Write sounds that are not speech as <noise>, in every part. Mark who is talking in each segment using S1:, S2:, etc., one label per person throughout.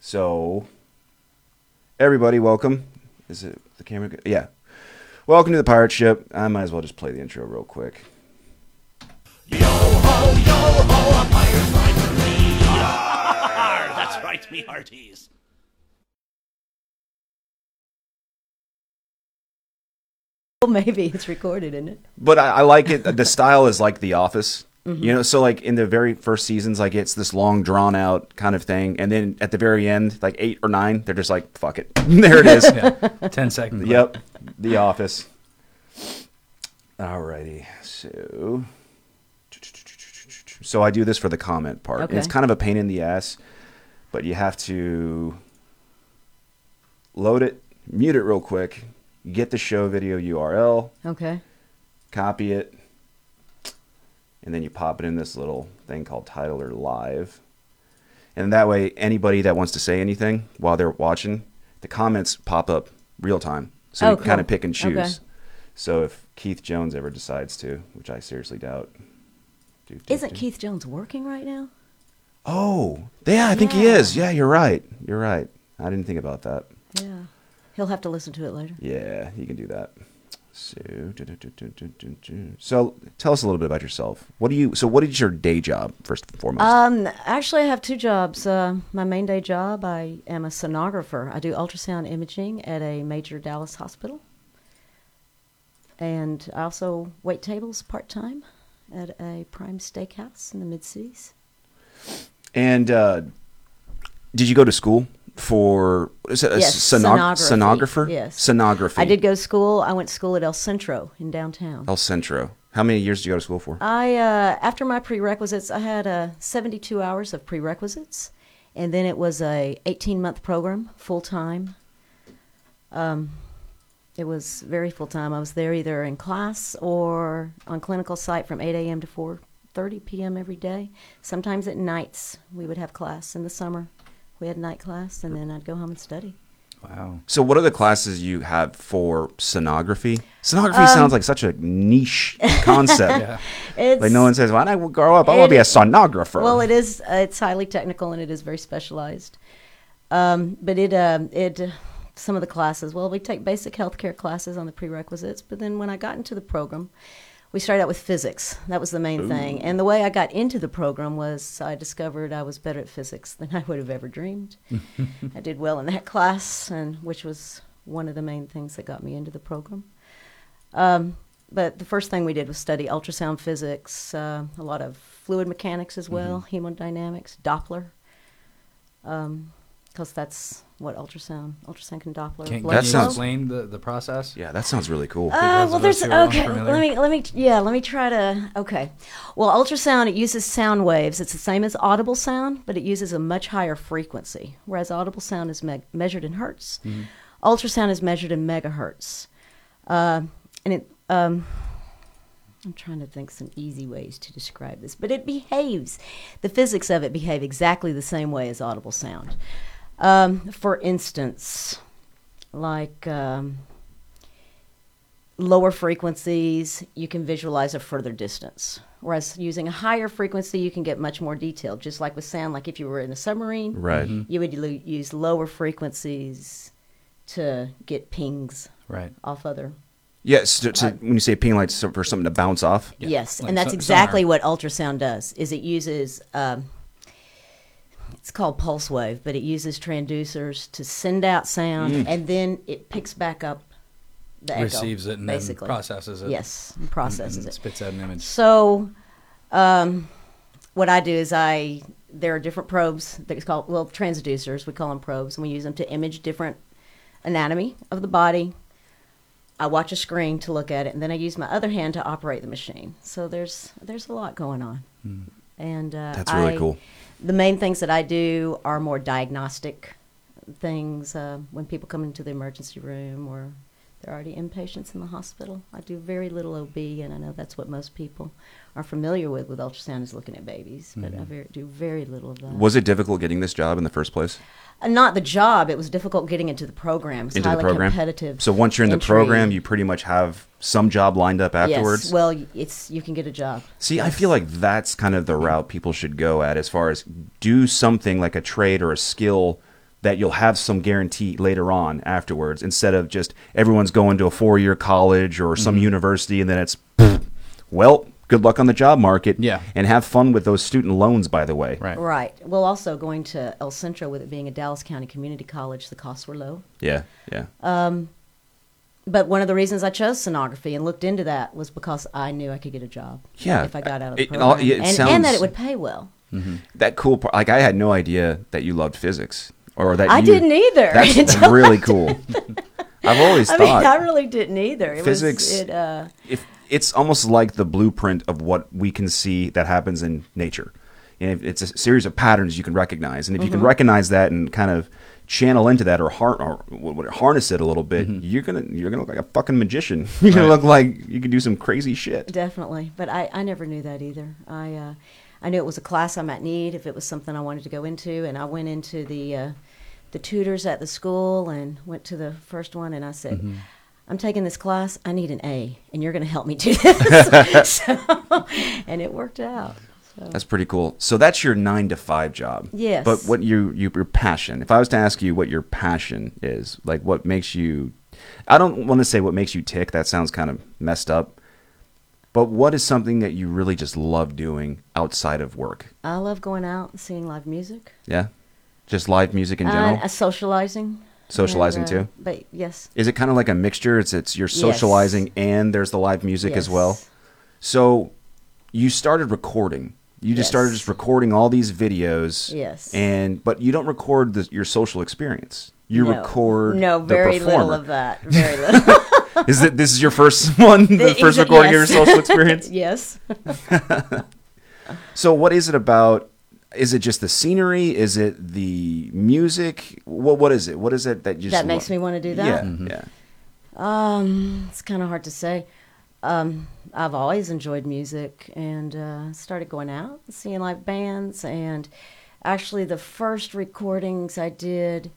S1: So, everybody, welcome. Is it the camera? Good? Yeah. Welcome to the pirate ship. I might as well just play the intro real quick.
S2: Arr, that's right, me hearties.
S3: Well, maybe it's recorded, isn't it?
S1: But I, I like it. The <laughs> style is like The Office. You know, so like in the very first seasons, like it's this long, drawn out kind of thing, and then at the very end, like eight or nine, they're just like, "Fuck it, <laughs> there it is."
S4: Yeah,
S3: Mm-hmm.
S4: ten seconds.
S1: Yep, The Office. Alrighty, so so I do this for the comment part. And it's
S3: Okay.
S1: kind of a pain in the ass, but you have to load it, mute it real quick, get the show video URL,
S3: Okay.
S1: copy it, and then you pop it in this little thing called title or live. And that way, anybody that wants to say anything while they're watching, the comments pop up real time. So
S3: Oh,
S1: you can kind of
S3: cool.
S1: pick and choose.
S3: Okay.
S1: So if Keith Jones ever decides to, which I seriously doubt. Do, do,
S3: Isn't
S1: do.
S3: Keith Jones working right now?
S1: Oh, yeah, I think he
S3: Yeah.
S1: is. Yeah, you're right. You're right. I didn't think about that.
S3: Yeah. He'll have to listen to it later.
S1: Yeah, you can do that. So, do, do, do, do, do, do, do. so tell us a little bit about yourself. What do you? So, what is your day job first and foremost?
S3: Um, actually, I have two jobs. Uh, my main day job, I am a sonographer. I do ultrasound imaging at a major Dallas hospital, and I also wait tables part time at a prime steakhouse in the mid cities.
S1: and uh, did you go to school for is it a
S3: Yes,
S1: sonog-
S3: sonography.
S1: sonographer?
S3: Yes.
S1: sonography.
S3: I did go to school. I went to school at El Centro in downtown.
S1: El Centro. How many years did you go to school for?
S3: I uh, after my prerequisites, I had uh, 72 hours of prerequisites, and then it was a 18 month program, full time. Um, it was very full time. I was there either in class or on clinical site from 8 a.m. to 4:30 p.m. every day. Sometimes at nights we would have class in the summer. We had night class, and then I'd go home and study.
S4: Wow.
S1: so, what are the classes you have for sonography? Sonography
S3: Um,
S1: sounds like such a niche
S3: <laughs>
S1: concept.
S4: Yeah.
S3: It's,
S1: Like no one says, "When I grow up, I want to be a
S3: It-
S1: sonographer."
S3: Well, it is. Uh, it's highly technical and it is very specialized. Um, but it um it some of the classes. Well, we take basic healthcare classes on the prerequisites, but then when I got into the program, we started out with physics. That was the main thing. And the way I got into the program was I discovered I was better at physics than I would have ever dreamed. I did well in that <laughs> class, and which was one of the main things that got me into the program. Um, But the first thing we did was study ultrasound physics, uh, a lot of fluid mechanics as well,
S1: Mm-hmm.
S3: hemodynamics, Doppler, because that's what ultrasound, ultrasound can Doppler.
S4: Can, can
S3: blood
S4: you
S1: That sounds-
S4: explain the, the process?
S1: yeah, that sounds really cool.
S3: Uh,
S4: those
S3: well,
S4: of us
S3: there's
S4: who are
S3: okay.
S4: unfamiliar.
S3: Let me let me yeah. Let me try to okay. Well, ultrasound it uses sound waves. It's the same as audible sound, but it uses a much higher frequency. Whereas audible sound is me- measured in hertz,
S4: Mm-hmm.
S3: ultrasound is measured in megahertz. Uh, and it um, I'm trying to think some easy ways to describe this, but it behaves. The physics of it behave exactly the same way as audible sound. Um, for instance, like. Um, lower frequencies, you can visualize a further distance. Whereas using a higher frequency, you can get much more detailed. Just like with sound, like if you were in a submarine,
S1: right.
S3: you would lo- use lower frequencies to get pings
S4: Right.
S3: off other.
S1: Yes. so- so when you say ping lights so- for something to bounce off.
S4: Yeah,
S3: yes,
S4: like
S3: and that's
S4: so-
S3: exactly
S4: sonar.
S3: what ultrasound does. Is it uses um, it's called pulse wave, but it uses transducers to send out sound,
S4: Mm.
S3: and then it picks back up the echo,
S4: Receives it and
S3: basically.
S4: then processes it. Mm-hmm.
S3: Yes, and
S4: And
S3: processes it.
S4: spits out an image.
S3: So, um, what I do is I there are different probes that's called well transducers. We call them probes, and we use them to image different anatomy of the body. I watch a screen to look at it, and then I use my other hand to operate the machine. So there's there's a lot going on, and uh,
S1: Hmm. That's really
S3: I-
S1: cool.
S3: The main things that I do are more diagnostic things uh, when people come into the emergency room or they're already inpatients in the hospital. I do very little OB, and I know that's what most people are familiar with with ultrasound is looking at babies, but
S1: Mm-hmm.
S3: I very, do very little of that.
S1: Was it difficult getting this job in the first place?
S3: Uh, Not the job; it was difficult getting into the program. It's
S1: Into the
S3: highly
S1: program.
S3: competitive.
S1: So once you're in the
S3: entry.
S1: program, you pretty much have some job lined up afterwards.
S3: Yes. Well, y- it's you can get a job.
S1: See, I feel like that's kind of the route people should go at as far as do something like a trade or a skill that you'll have some guarantee later on afterwards instead of just everyone's going to a four year college or
S3: Mm-hmm.
S1: some university and then it's, well, good luck on the job market.
S4: Yeah.
S1: And have fun with those student loans, by the way.
S4: Right.
S3: Right. Well, also going to El Centro with it being a Dallas County community college, the costs were low.
S1: Yeah. Yeah.
S3: But one of the reasons I chose sonography and looked into that was because I knew I could get a job.
S1: Yeah,
S3: If I got out of the
S1: it- and all-
S3: program.
S1: yeah, it
S3: and, and that
S1: sounds-
S3: it would pay well.
S1: that cool part. Like I had no idea that you loved physics or that
S3: I
S1: you-
S3: didn't either
S1: That's
S3: <laughs> until
S1: really
S3: <laughs>
S1: cool. I've always
S3: I mean,
S1: thought
S3: I really didn't either. It
S1: physics.
S3: Was, it, uh,
S1: if it's almost like the blueprint of what we can see that happens in nature, and if it's a series of patterns you can recognize, and if you
S3: Mm-hmm.
S1: can recognize that and kind of channel into that or, har- or what- what- harness it a little bit,
S3: Mm-hmm.
S1: you're gonna you're gonna look like a fucking magician. <laughs> You're gonna look like you can do some crazy shit.
S3: Definitely, but I, I never knew that either. I uh, I knew it was a class I might need if it was something I wanted to go into, and I went into the uh, the tutors at the school and went to the first one, and I said.
S1: Mm-hmm.
S3: I'm taking this class. I need an A, and you're going to help me do <laughs> this.
S1: <laughs>
S3: so, and it worked out. So,
S1: That's pretty cool. So that's your nine to five job.
S3: Yes.
S1: But what you, you your passion? If I was to ask you what your passion is, like what makes you, I don't want to say what makes you tick. That sounds kind of messed up. But what is something that you really just love doing outside of work?
S3: I love going out and seeing live music,
S1: Yeah. Just live music in general.
S3: and uh, socializing.
S1: Socializing
S3: And,
S1: too?
S3: But yes,
S1: is it kind of like a mixture? It's it's you're socializing and there's the live music as well.
S3: Yes.
S1: So you started recording. You just started
S3: Yes.
S1: just recording all these videos.
S3: Yes.
S1: And but you don't record the, your social experience. You
S3: No.
S1: record
S3: No,
S1: the
S3: very little
S1: performer. <laughs>
S3: of that. Very little.
S1: Is
S3: <laughs>
S1: it this is your first <laughs> one, the,
S3: The-
S1: first
S3: exa-
S1: recording of your
S3: yes. <laughs>
S1: social experience?
S3: yes.
S1: So what is it about? Is it just the scenery? Is it the music? What what is it? What is it that you just
S3: That makes
S1: lo-
S3: me wanna do
S1: Yeah,
S3: that?
S1: yeah.
S3: Um, It's kind of hard to say. Um, I've always enjoyed music and uh, started going out, and seeing live bands, and actually the first recordings I did.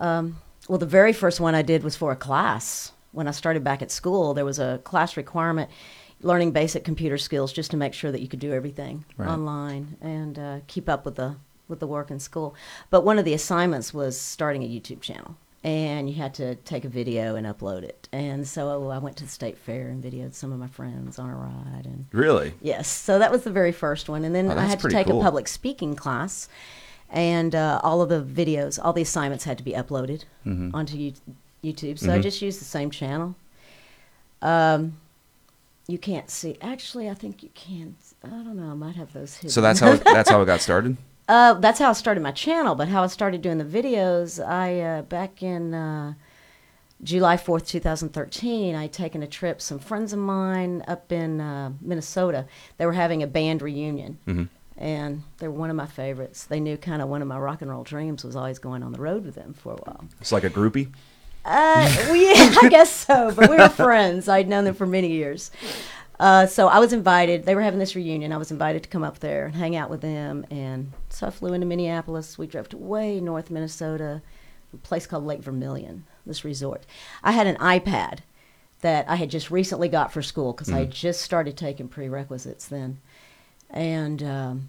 S3: Um, well, the very first one I did was for a class. When I started back at school, there was a class requirement learning basic computer skills just to make sure that you could do everything
S4: Right.
S3: online and uh, keep up with the with the work in school. But one of the assignments was starting a YouTube channel, and you had to take a video and upload it. And so I went to the state fair and videoed some of my friends on a ride, and
S1: Really?
S3: Yes. So that was the very first one. And then
S1: Oh,
S3: I
S1: that's
S3: had to
S1: pretty
S3: take
S1: cool.
S3: a public speaking class. And uh, all of the videos, all the assignments had to be uploaded
S1: Mm-hmm.
S3: onto you- YouTube. So I just used the same channel. Um, you can't see. Actually, I think you can. I don't know. I might have those hidden.
S1: So that's how that's how it got started.
S3: Uh, that's how I started my channel, but how I started doing the videos, I uh, back in uh, July fourth, two thousand thirteen, I had taken a trip. Some friends of mine up in uh, Minnesota, they were having a band reunion, and they were one of my favorites. They knew kind of one of my rock and roll dreams was always going on the road with them for a while.
S1: It's like a groupie.
S3: Uh, well, yeah, <laughs> I guess so. But we were friends. I'd known them for many years. Uh, so I was invited. They were having this reunion. I was invited to come up there and hang out with them. And so I flew into Minneapolis. We drove to way north Minnesota, a place called Lake Vermilion, this resort. I had an iPad that I had just recently got for school because I had just started taking prerequisites then. And um,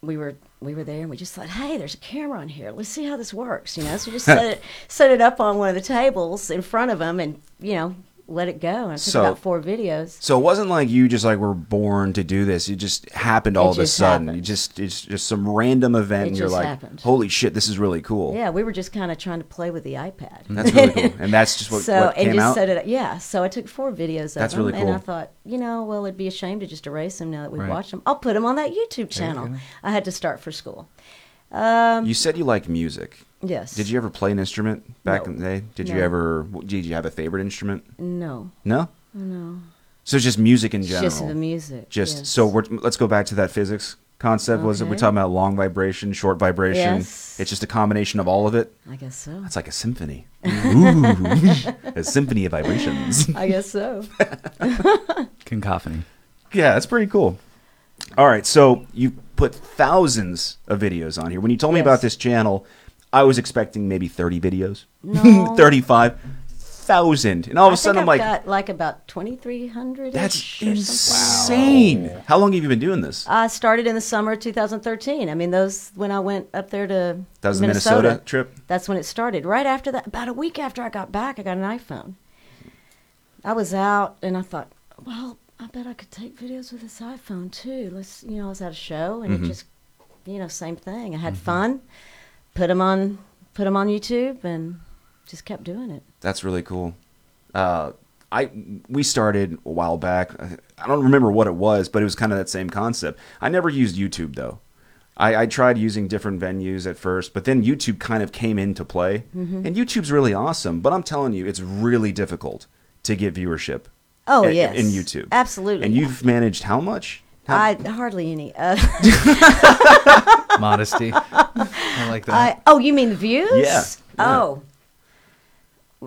S3: we were we were there and we just thought, hey, there's a camera on here. Let's see how this works, you know. So we
S1: <laughs>
S3: just set it set it up on one of the tables in front of them, and you know, let it go. And I took
S1: So-
S3: about four videos.
S1: So it wasn't like you just like were born to do this. It just happened all of a
S3: just
S1: sudden.
S3: happened.
S1: You just it's just some random event
S3: It
S1: and you're
S3: just
S1: like,
S3: happened.
S1: "Holy shit, this is really cool."
S3: Yeah, we were just kind of trying to play with the iPad.
S1: That's really
S3: <laughs>
S1: cool. And that's just what,
S3: so
S1: what
S3: and
S1: came
S3: just
S1: out.
S3: set it up. Yeah, so I took four videos
S1: That's
S3: of them,
S1: really
S3: and I
S1: cool.
S3: thought, you know, well, it'd be a shame to just erase them now that we've
S4: Right.
S3: watched them. I'll put them on that YouTube channel.
S4: go.
S3: I had to start for school. Um,
S1: you said you like music.
S3: Yes.
S1: Did you ever play an instrument back
S3: No.
S1: in the day? Did you
S3: No.
S1: ever did you have a favorite instrument?
S3: No,
S1: No? No. So it's just music in
S3: It's
S1: general.
S3: just the music.
S1: Just
S3: yes.
S1: so we're let's go back to that physics concept was that we're
S3: Okay.
S1: talking about long vibration, short vibration.
S3: Yes.
S1: It's just a combination of all of it.
S3: I guess so.
S1: That's like a symphony. Ooh. a symphony of vibrations.
S3: I guess so. <laughs>
S4: Concophony.
S1: Yeah, that's pretty cool. All right, so you put thousands of videos on here. When you told me
S3: Yes.
S1: <laughs> about this channel, I was expecting maybe 30 videos,
S3: No.
S1: 35, thousand, and all of a
S3: I
S1: sudden
S3: think
S1: I'm like,
S3: I've got like about 2,300.
S1: that's
S3: or something. Uh,
S1: insane. How long have you been doing this?
S3: I started in the summer of 2013. I mean, those when I went up there to
S1: That was the
S3: Minnesota,
S1: Minnesota trip?
S3: That's when it started. Right after that, about a week after I got back, I got an iPhone. I was out and I thought, well, I bet I could take videos with this iPhone too. Let's, you know, I was at a show
S1: Mm-hmm.
S3: and it just, you know, same thing. I had fun, put them on, put 'em on YouTube, and just kept doing it.
S1: That's really cool. Uh, I we started a while back. I don't remember what it was, but it was kind of that same concept. I never used YouTube though. I, I tried using different venues at first, but then YouTube kind of came into play.
S3: Mm-hmm.
S1: And YouTube's really awesome, but I'm telling you, it's really difficult to get viewership.
S3: Oh,
S1: in,
S3: yes.
S1: in YouTube,
S3: Absolutely.
S1: And you've managed how much? How,
S3: I hardly any. Uh,
S4: Modesty. I like that.
S3: I, oh, you mean views?
S1: Yeah, yeah.
S3: Oh.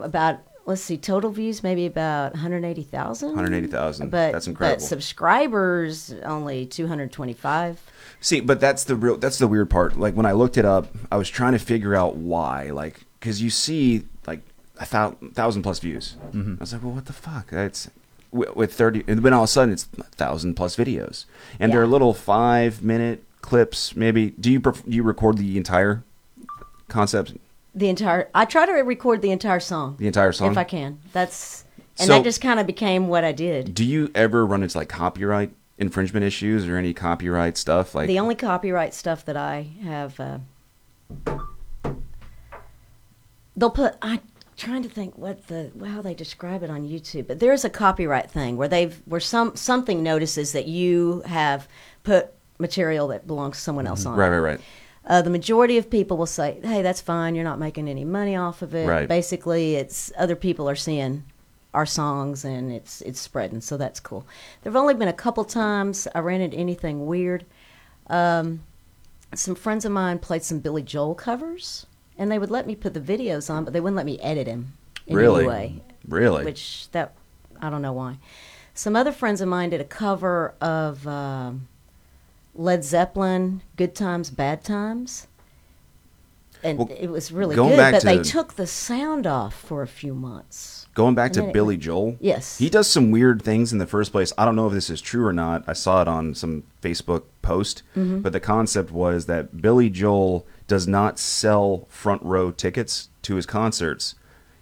S3: About let's see, total views maybe about 180,000.
S1: 180,000.
S3: But
S1: That's incredible.
S3: But subscribers only 225.
S1: See, but that's the real that's the weird part. Like when I looked it up, I was trying to figure out why. Like because you see like a thou- thousand plus views. I was like, well, what the fuck? That's wi- with thirty, and then all of a sudden it's thousand plus videos, and they're
S3: Yeah.
S1: little five minute clips. Maybe do you pref- you record the entire concept,
S3: The entire I try to record the entire song.
S1: the entire song?
S3: If I can. That's and
S1: So-
S3: that just kind of became what I did.
S1: Do you ever run into like copyright infringement issues or any copyright stuff? Like
S3: The only copyright stuff that I have uh, they'll put I trying to think what the how they describe it on YouTube, but there's a copyright thing where they've where some something notices that you have put material that belongs to someone else on. it.
S1: Mm-hmm. right, right, right.
S3: Uh, the majority of people will say, "Hey, that's fine. You're not making any money off of it."
S1: Right.
S3: Basically, it's other people are seeing our songs and it's it's spreading, so that's cool. There've only been a couple times I ran into anything weird. Um, some friends of mine played some Billy Joel covers, and they would let me put the videos on, but they wouldn't let me edit them in
S1: Really?
S3: any way
S1: Really?
S3: which that I don't know why. Some other friends of mine did a cover of um, Led Zeppelin, "Good Times, Bad Times," and
S1: Well,
S3: it was really
S1: going
S3: good.
S1: back
S3: But
S1: to-
S3: they took the sound off for a few months.
S1: Going back to
S3: then it-
S1: Billy Joel.
S3: Yes.
S1: He does some weird things in the first place. I don't know if this is true or not. I saw it on some Facebook post, but the concept was that Billy Joel does not sell front row tickets to his concerts.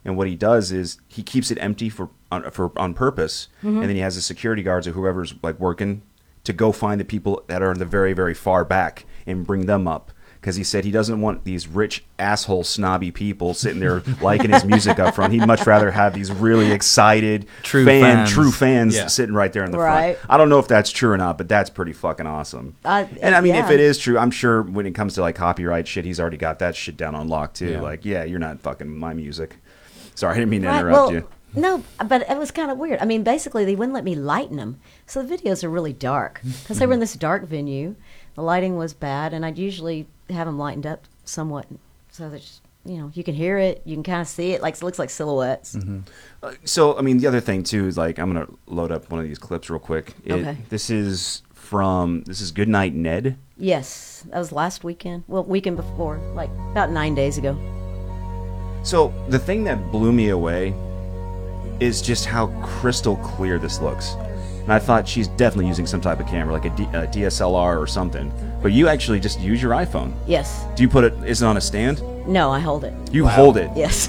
S1: And what he does is he keeps it empty for on, for on purpose, and then he has the security guards or whoever's like working to go find the people that are in the very very far back and bring them up because he said he doesn't want these rich asshole snobby people sitting there liking his music up front. He'd much rather have these really excited
S4: True
S1: fan,
S4: fans.
S1: true fans
S4: Yeah.
S1: sitting right there in the
S3: Right.
S1: front. I don't know if that's true or not, but that's pretty fucking awesome.
S3: Uh,
S1: and I mean, if
S3: yeah.
S1: it is true, I'm sure when it comes to like copyright shit, he's already got that shit down on lock too.
S4: Yeah.
S1: Like, yeah, you're not fucking my music. Sorry, I didn't mean to
S3: Right?
S1: interrupt
S3: Well,
S1: you.
S3: no, but it was kind of weird. I mean, basically, they wouldn't let me lighten them, so the videos are really dark because they were in this dark venue. The lighting was bad, and I'd usually have them lightened up somewhat, so that you know you can hear it, you can kind of see it, like it looks like silhouettes.
S1: Mm-hmm. So, I mean, the other thing too is like I'm gonna load up one of these clips real quick. It-
S3: Okay.
S1: This is from this is Goodnight Ned.
S3: Yes, that was last weekend. Well, weekend before, like about nine days ago.
S1: So the thing that blew me away is just how crystal clear this looks. And I thought she's definitely using some type of camera, like a, D- a DSLR or something. But you actually just use your iPhone.
S3: Yes.
S1: Do you put it? Is it on a stand?
S3: No, I hold it.
S1: You hold it.
S3: Yes.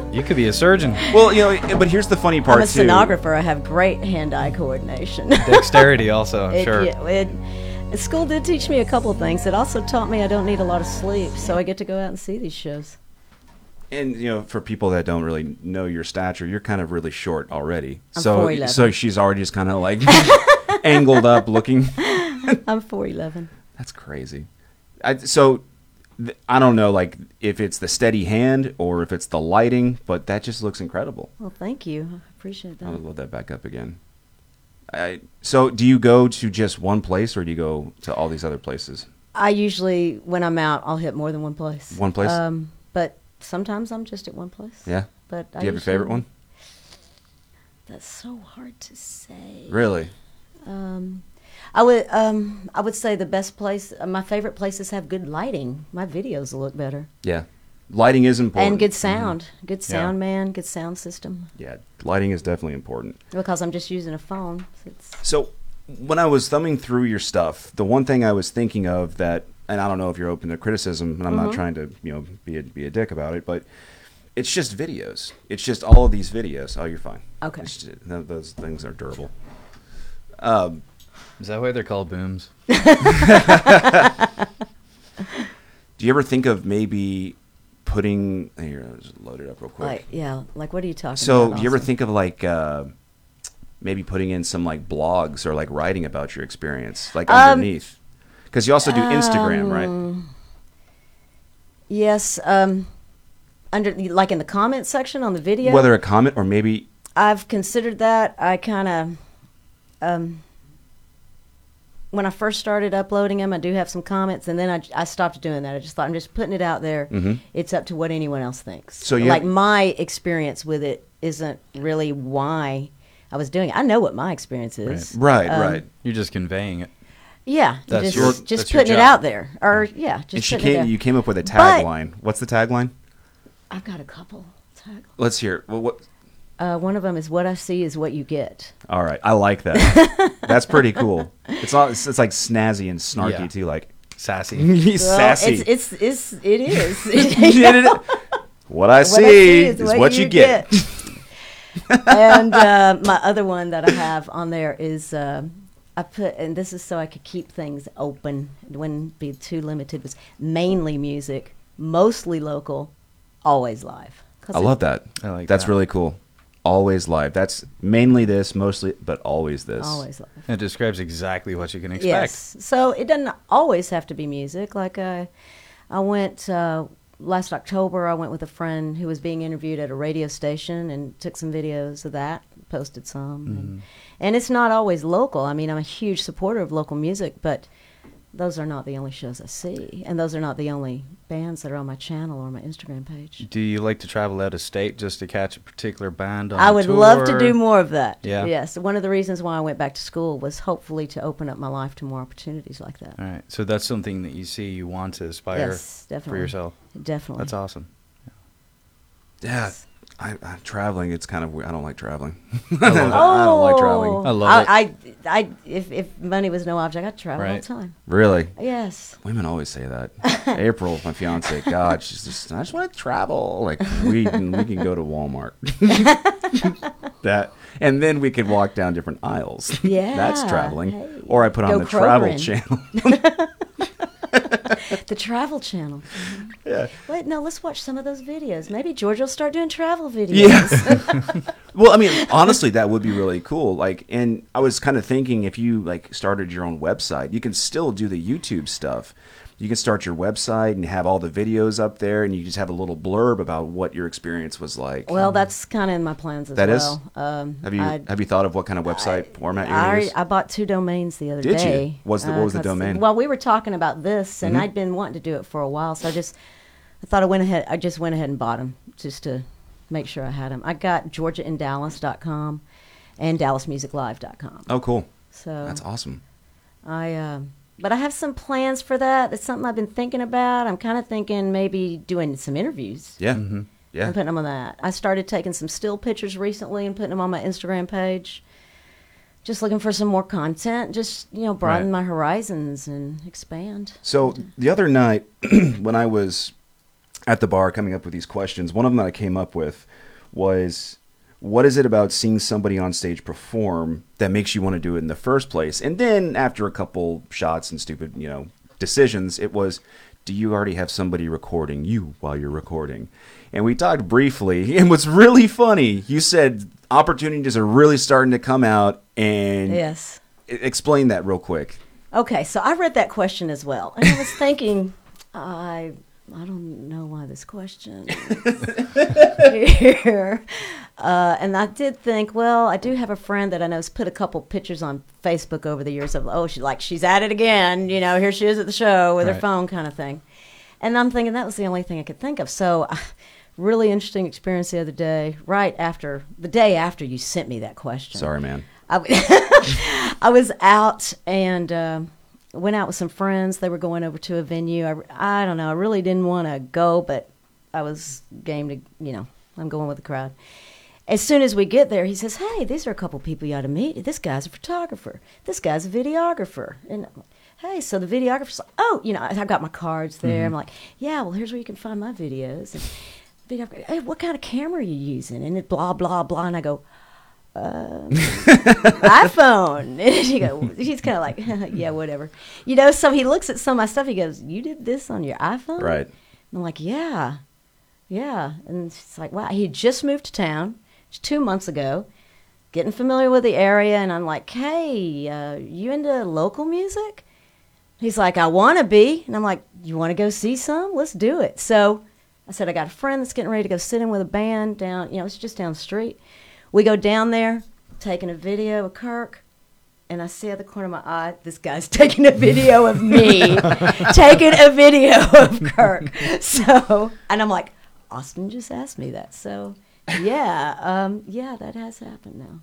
S3: <laughs>
S4: you could be a surgeon.
S1: Well, you know. But here's the funny part
S3: I'm a
S1: too.
S3: stenographer. I have great hand-eye coordination. <laughs>
S4: Dexterity, also, I'm
S3: It,
S4: sure.
S3: yeah, it, school did teach me a couple of things. It also taught me I don't need a lot of sleep, so I get to go out and see these shows.
S1: And you know, for people that don't really know your stature, you're kind of really short already. so,
S3: 4'11".
S1: so she's already just kind of like
S3: <laughs>
S1: angled up, looking.
S3: I'm 411.
S1: That's crazy. I, so th- I don't know, like if it's the steady hand or if it's the lighting, but that just looks incredible.
S3: Well, thank you. I appreciate
S1: I'll
S3: that.
S1: load that back up again. I, so do you go to just one place or do you go to all these other places?
S3: I usually, when I'm out, I'll hit more than one place.
S1: One place?
S3: Um, but sometimes I'm just at one place.
S1: Yeah.
S3: But
S1: Do
S3: I
S1: you have a
S3: usually-
S1: favorite one?
S3: That's so hard to say.
S1: Really?
S3: Um, I would um, I would say the best place, uh, my favorite places have good lighting. My videos look better.
S1: Yeah. lighting is important.
S3: and good sound, good
S4: Yeah.
S3: sound, man, good sound system.
S1: yeah, lighting is definitely important.
S3: Because I'm just using a phone. so It's,
S1: So when I was thumbing through your stuff, the one thing I was thinking of that, and I don't know if you're open to criticism, and I'm
S3: Mm-hmm.
S1: not trying to you know be a, be a dick about it, but it's just videos. It's just all of these videos. Oh, you're fine.
S3: Okay.
S1: It's just- th- those things are durable.
S4: Is that why they're called booms?
S1: Do you ever think of maybe putting here? I'll just load it up real quick.
S3: like, yeah, like what are you talking
S1: So
S3: about?
S1: do you ever
S3: Austin?
S1: think of like? Uh, Maybe putting in some like blogs or like writing about your experience, like
S3: Um,
S1: underneath, because you also do Instagram, right?
S3: Yes, um, under like in the comment section on the video.
S1: Whether a comment or maybe
S3: I've considered that. I kind of, um, when I first started uploading them, I do have some comments, and then I, I stopped doing that. I just thought I'm just putting it out there. It's up to what anyone else thinks.
S1: Mm-hmm. So you-
S3: like my experience with it isn't really why I was doing it. I know what my experience is. Um,
S1: Right, right.
S4: You're just conveying it.
S3: Yeah,
S4: That's
S3: just
S4: your-
S3: just
S4: that's your
S3: putting it
S4: job.
S3: out there, or yeah, just
S1: And she
S3: putting it
S1: came.
S3: out.
S1: You came up with a
S3: But-
S1: tagline. What's the tagline?
S3: I've got a couple. tag-
S1: Let's hear. it. Well, what?
S3: Uh, one of them is "What I see is what you get."
S1: All right, I like <laughs> that. That's pretty cool. It's all. It's, it's like snazzy and snarky
S4: Yeah.
S1: too. Like <laughs>
S3: <laughs>
S4: Sassy.
S1: he's
S3: Well,
S1: sassy.
S3: It's it's, it's
S1: <laughs>
S3: it is. <laughs> It
S1: You did it. What I see,
S3: What I
S1: is, what, you, get. <laughs>
S3: get. and uh, my other one that I have on there is um I put, and this is so I could keep things open. It wouldn't be too limited. Was mainly music, mostly local, always live. 'Cause
S1: I
S3: it-
S1: love that.
S4: I like
S1: That's
S4: that.
S1: really cool. Always live. That's mainly this, mostly, but always this.
S3: always live.
S4: It describes exactly what you can expect.
S3: Yes. So it doesn't always have to be music. Like I, I went uh, last October. I went with a friend who was being interviewed at a radio station and took some videos of that, posted some.
S4: Mm-hmm.
S3: And, and it's not always local. I mean, I'm a huge supporter of local music, but those are not the only shows I see, and those are not the only bands that are on my channel or my Instagram page.
S4: Do you like to travel out of state just to catch a particular band on
S3: I would
S4: tour?
S3: love to do more of that.
S4: Yeah.
S3: Yes. One of the reasons why I went back to school was hopefully to open up my life to more opportunities like that.
S4: All right. So that's something that you see you want to aspire
S3: Yes,
S4: for
S3: definitely.
S4: yourself.
S3: Definitely.
S4: That's awesome.
S1: Yeah. I, I, traveling, it's kind of weird. I don't like traveling. <laughs>
S4: I
S1: Oh.
S4: love it.
S1: I don't like traveling.
S4: I love
S3: Oh. I, I, I- if, if money was no object, I'd travel all
S4: Right.
S3: the time.
S1: Really?
S3: Yes.
S1: Women always say
S3: <laughs>
S1: that. April, my fiance, God, she's just I just want to travel. Like we can, we can go to
S3: <laughs>
S1: Walmart. that and then we could walk down different aisles. that's
S3: Yeah,
S1: traveling.
S3: hey.
S1: Or I put on
S3: Go
S1: the travel
S3: Krogerin.
S1: channel. <laughs>
S3: The
S1: <laughs>
S3: Travel Channel. yeah. Wait, no, let's watch some of those videos. Maybe George will start doing travel videos.
S1: well, I mean, honestly, that would be really cool. Like, and I was kind of thinking if you like started your own website, you can still do the YouTube stuff. You can start your website and have all the videos up there, and you just have a little blurb about what your experience was like.
S3: <laughs> Well, that's kind of in my plans as
S1: That is?
S3: well. Um,
S1: have you
S3: I,
S1: have you thought of what kind of website format you're
S3: I,
S1: going to
S3: already-
S1: use?
S3: I bought two domains the other
S1: Did you?
S3: day. Uh,
S1: What's the- what was the
S3: 'cause-
S1: domain? Mm-hmm.
S3: Well, we were talking about this, and I'd been wanting to do it for a while, so I just I thought I went ahead. I just went ahead and bought them just to make sure I had them. I got georgiaindallas.com and dallasmusiclive.com.
S1: Oh, cool.
S3: So
S1: That's awesome.
S3: I, um, but I have some plans for that. That's something I've been thinking about. I'm kind of thinking maybe doing some interviews
S1: Yeah. Yeah.
S3: and putting them on that. I started taking some still pictures recently and putting them on my Instagram page. Just looking for some more content. Just you know, broaden
S4: Right.
S3: my horizons and expand.
S1: So the other night <clears throat> when I was at the bar coming up with these questions, one of them that I came up with was what is it about seeing somebody on stage perform that makes you want to do it in the first place? And then after a couple shots and stupid, you know, decisions, it was do you already have somebody recording you while you're recording? And we talked briefly, <laughs> and what's really funny, you said opportunities are really starting to come out and
S3: Yes.
S1: E- explain that real quick.
S3: Okay, so I read that question as well, and I was thinking, I I don't know why this question is here, uh, and I did think, well, I do have a friend that I know has put a couple pictures on Facebook over the years of, oh, she like she's at it again, you know, here she is at the show with her
S4: Right.
S3: phone kind of thing, and I'm thinking that was the only thing I could think of, so. uh, Really interesting experience the other day, right after the day after you sent me that question.
S1: Sorry, man.
S3: I, w- <laughs> I was out and um went out with some friends. They were going over to a venue. I, I don't know. I really didn't want to go, but I was game to, you know, I'm going with the crowd. As soon as we get there, he says, "Hey, these are a couple people you ought to meet. This guy's a photographer. This guy's a videographer." And I'm like, hey, so the videographer's like, "Oh, you know, I- I've got my cards there." I'm like, "Yeah, well, here's where you can find my videos." And videographer, "Hey, what kind of camera are you using?" And it blah blah blah, and I go, "Um, iPhone. <laughs> And she go, she's kind of like, <laughs> yeah, whatever. You know, so he looks at some of my stuff. He goes, you did this on your iPhone?
S1: Right.
S3: And I'm like, yeah, yeah. And she's like, wow, he had just moved to town just two months ago, getting familiar with the area. And I'm like, hey, uh, you into local music? He's like, I want to be. And I'm like, you want to go see some? Let's do it. So I said, I got a friend that's getting ready to go sit in with a band down, you know, it's just down the street. We go down there, taking a video of Kirk. And I see at the corner of my eye, this guy's <laughs> taking a video of me, taking a video of Kirk. So, and I'm like, Austin just asked me that. So, yeah, um, yeah, that has happened now.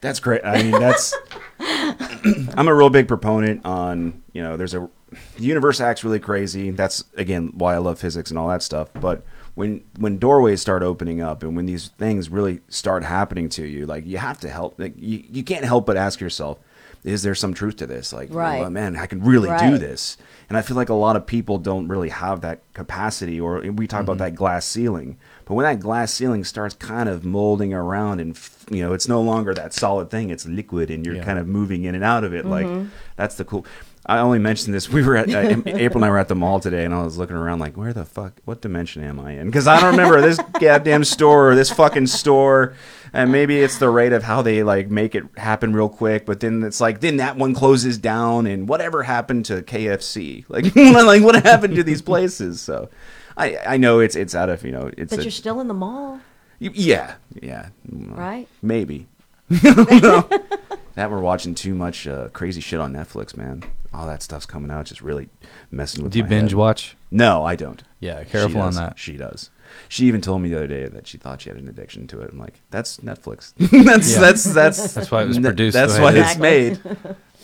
S1: That's great. I mean, that's. <clears throat> I'm a real big proponent on you know. There's a the universe acts really crazy. That's again why I love physics and all that stuff. But when when doorways start opening up and when these things really start happening to you, like you have to help. Like, you you can't help but ask yourself, is there some truth to this? Like,
S3: Right.
S1: well, "Oh, man, I can really do
S3: Right.
S1: this. And I feel like a lot of people don't really have that capacity, or we talk about that glass ceiling. But when that glass ceiling starts kind of molding around, and f- you know, it's no longer that solid thing; it's liquid, and you're
S4: Yeah.
S1: kind of moving in and out of it. Like that's the cool. I only mentioned this. We were at uh, April and I were at the mall today, and I was looking around like, "Where the fuck? What dimension am I in?" Because I don't remember
S3: <laughs>
S1: this goddamn store or this fucking store. And maybe it's the rate of how they like make it happen real quick, but then it's like then that one closes down, and whatever happened to KFC? Like, <laughs> like what happened to these places? So, I I know it's it's out of you know it's
S3: But
S1: a-
S3: you're still in the mall,
S1: y- yeah yeah Mm,
S3: right? <laughs>
S1: maybe. <laughs> That we're watching too much uh, crazy shit on Netflix, man. All that stuff's coming out, just really messing with.
S4: Do you
S1: my
S4: binge
S1: head.
S4: watch?
S1: No, I don't.
S4: Yeah,
S1: She
S4: careful on
S1: does.
S4: that.
S1: She does. She even told me the other day that she thought she had an addiction to it. I'm like, that's Netflix. <laughs> that's,
S4: Yeah.
S1: that's that's
S4: That's why it was
S1: Ne-
S4: produced.
S1: That's
S4: the way
S1: why
S4: it is.
S1: it's made.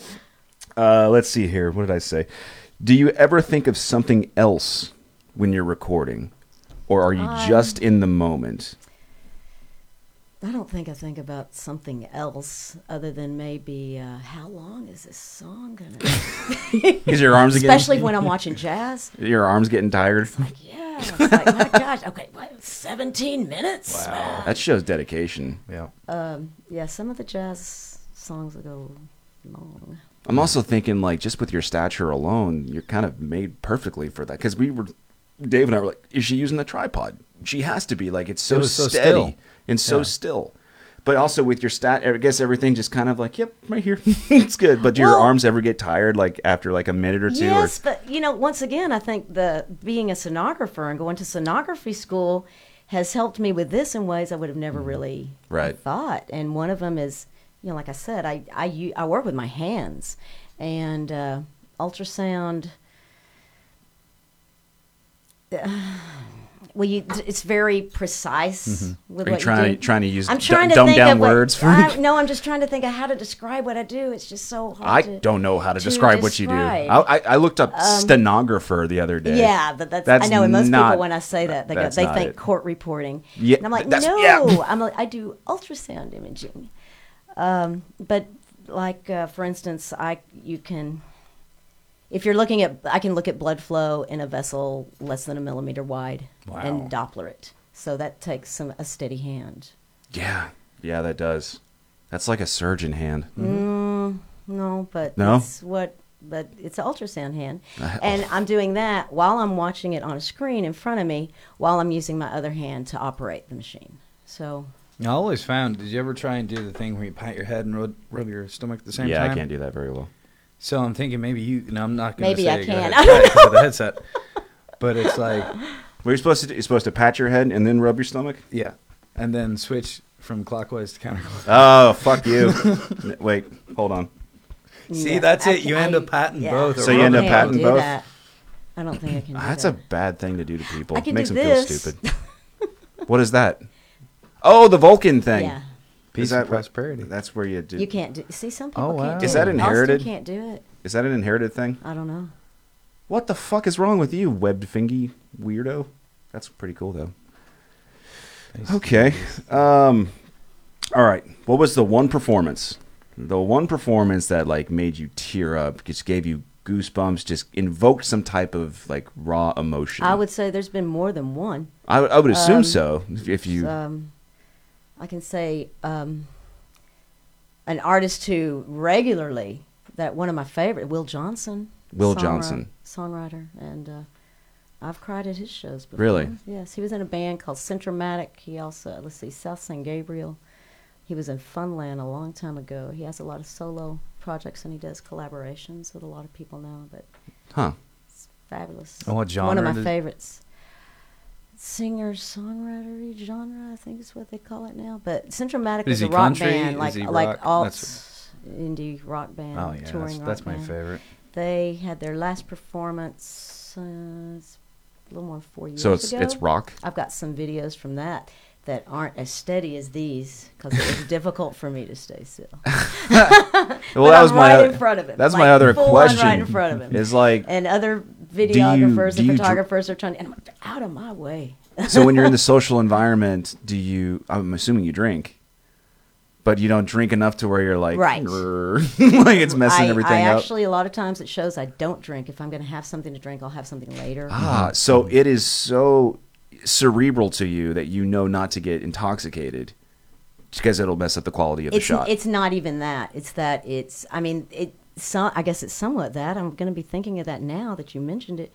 S1: <laughs> Uh, let's see here. What did I say? Do you ever think of something else when you're recording, or are you
S3: Um,
S1: just in the moment?
S3: I don't think I think about something else other than maybe uh, how long is this song gonna?
S1: Is <laughs> your arms getting-
S3: Especially when I'm watching jazz.
S1: your arms getting tired?
S3: Yeah, it's
S1: <laughs>
S3: like my gosh. Okay, what? Seventeen minutes. <laughs> Wow.
S1: That shows dedication.
S4: Yeah.
S3: Yeah, some of the jazz songs will go long.
S1: I'm also thinking like just with your stature alone, you're kind of made perfectly for that. Because we were, Dave and I were like, is she using the tripod? She has to be. Like it's so
S4: It was so
S1: steady
S4: still.
S1: and so
S4: Yeah.
S1: still. But also with your stat, I guess everything just kind of like, yep, right here, <laughs> it's good. But do your
S3: Well-
S1: arms ever get tired like after like a minute or two?
S3: Yes,
S1: Or,
S3: but you know, once again, I think the being a sonographer and going to sonography school has helped me with this in ways I would have never really
S1: Mm-hmm. Right.
S3: thought. And one of them is, you know, like I said, I I u- I work with my hands, and uh, ultrasound. <sighs> Well, you, it's very precise with
S1: Mm-hmm. Are you
S3: what
S1: trying
S3: you
S1: to,
S3: do.
S1: trying to use
S3: I'm
S1: d-
S3: trying to
S1: dumb
S3: think
S1: down
S3: of what-
S1: words for?
S3: I, no, I'm just trying to think of how to describe what I do. It's just so hard.
S1: I
S3: to-
S1: don't know how to,
S3: to
S1: describe, what you do.
S3: describe. Um,
S1: I, I, I looked up stenographer the other day.
S3: Yeah, but that's, I
S1: That's
S3: know, and most
S1: not-
S3: people when I say that they go,
S1: that's
S3: they
S1: not
S3: think
S1: it.
S3: court reporting.
S1: Yeah,
S3: and I'm like,
S1: that's-
S3: no,
S1: yeah.
S3: I'm like, I do ultrasound imaging. Um, but like uh, for instance, I you can if you're looking at I can look at blood flow in a vessel less than a millimeter wide
S4: Wow.
S3: and Doppler it. So that takes some a steady hand.
S1: Yeah. Yeah, that does. That's like a surgeon hand.
S4: Mm-hmm.
S3: No, but
S1: No? oh.
S3: it's what but it's an ultrasound hand. And I'm doing that while I'm watching it on a screen in front of me while I'm using my other hand to operate the machine. So
S4: I always found. Did you ever try and do the thing where you pat your head and rub, rub your stomach at the same
S1: yeah,
S4: time?
S1: I can't do that very well.
S4: So I'm thinking maybe you. No, I'm not going
S3: Maybe
S4: to say
S3: I
S4: go
S3: can.
S4: ahead,
S3: <laughs> I don't
S4: pat it with the headset. But it's like,
S1: What are you supposed to do? You're supposed to pat your head and then rub your stomach?
S4: yeah, and then switch from clockwise to counterclockwise.
S1: Oh, <laughs> fuck you. N- Wait, hold on.
S4: See,
S3: Yeah,
S4: that's
S3: I
S4: it. You
S3: can-
S4: end
S3: I-
S4: up patting
S3: yeah.
S4: both. or
S1: So you end up
S4: rubbing
S3: I can't
S1: patting
S3: do
S1: both?
S3: that. I don't think I can do
S1: Oh, That's a
S3: that.
S1: bad thing to do to people.
S3: I can
S1: Makes
S3: do
S1: them
S3: this.
S1: feel
S3: <laughs>
S1: stupid. what is that? Oh, the Vulcan thing.
S3: Yeah.
S4: Peace
S1: Is that
S4: and
S1: what-
S4: prosperity.
S1: That's where you do.
S3: You can't do see some people
S4: Oh, wow.
S3: can't do
S4: Is
S1: that
S3: it.
S1: inherited?
S3: Austin can't do it.
S1: Is that an inherited thing?
S3: I don't know.
S1: What the fuck is wrong with you, web fingy weirdo? That's pretty cool though. Okay. Um all right. What was the one performance? The one performance that like made you tear up, just gave you goosebumps, just invoked some type of like raw emotion.
S3: I would um, say there's been more than one.
S1: I, would- I would assume so. If you
S3: um, I can say um, an artist who regularly that one of my favorite Will Johnson.
S1: Will
S3: songwri-
S1: Johnson.
S3: songwriter, and uh, I've cried at his shows before.
S1: Really?
S3: Yes, he was in a band called Centromatic. He also let's see South San Gabriel. He was in Funland a long time ago. He has a lot of solo projects and he does collaborations with a lot of people now, but
S1: Huh.
S3: fabulous.
S4: And what
S3: One of
S4: genre
S3: my
S4: does-
S3: favorites. Singer songwriter genre, I think is what they call it now. But Centromatic
S4: Is
S3: is, a
S4: he
S3: rock
S4: country?
S3: band,
S4: Is
S3: like
S4: he
S3: like
S4: rock?
S3: alt
S4: That's-
S3: indie rock band,
S4: Oh yeah,
S3: touring
S4: that's,
S3: rock
S4: that's my
S3: band.
S4: favorite.
S3: They had their last performance uh, it's a little more than four years
S1: So it's
S3: ago.
S1: it's rock.
S3: I've got some videos from that that aren't as steady as these because it was <laughs> difficult for me to stay still.
S1: Well,
S3: But
S1: that
S3: I'm
S1: was my
S3: right
S1: oth-
S3: in front of him,
S1: That's my
S3: like,
S1: other
S3: full on
S1: question.
S3: right in front of him.
S1: Is like
S3: And other
S1: you-
S3: videographers
S1: do you
S3: and
S1: dr-
S3: photographers are trying to, and I'm like, out of my way.
S1: so when you're in the social environment, do you? I'm assuming you drink, but you don't drink enough to where you're like,
S3: Right.
S1: "Grrr," <laughs> like it's messing
S3: I,
S1: everything
S3: I
S1: up.
S3: actually, a lot of times it shows I don't drink. If I'm going to have something to drink, I'll have something later.
S1: ah, so it is so cerebral to you that you know not to get intoxicated because it'll mess up the quality of the
S3: it's,
S1: shot.
S3: It's not even that. It's that it's. I mean, it. So, I guess it's somewhat that. I'm going to be thinking of that now that you mentioned it,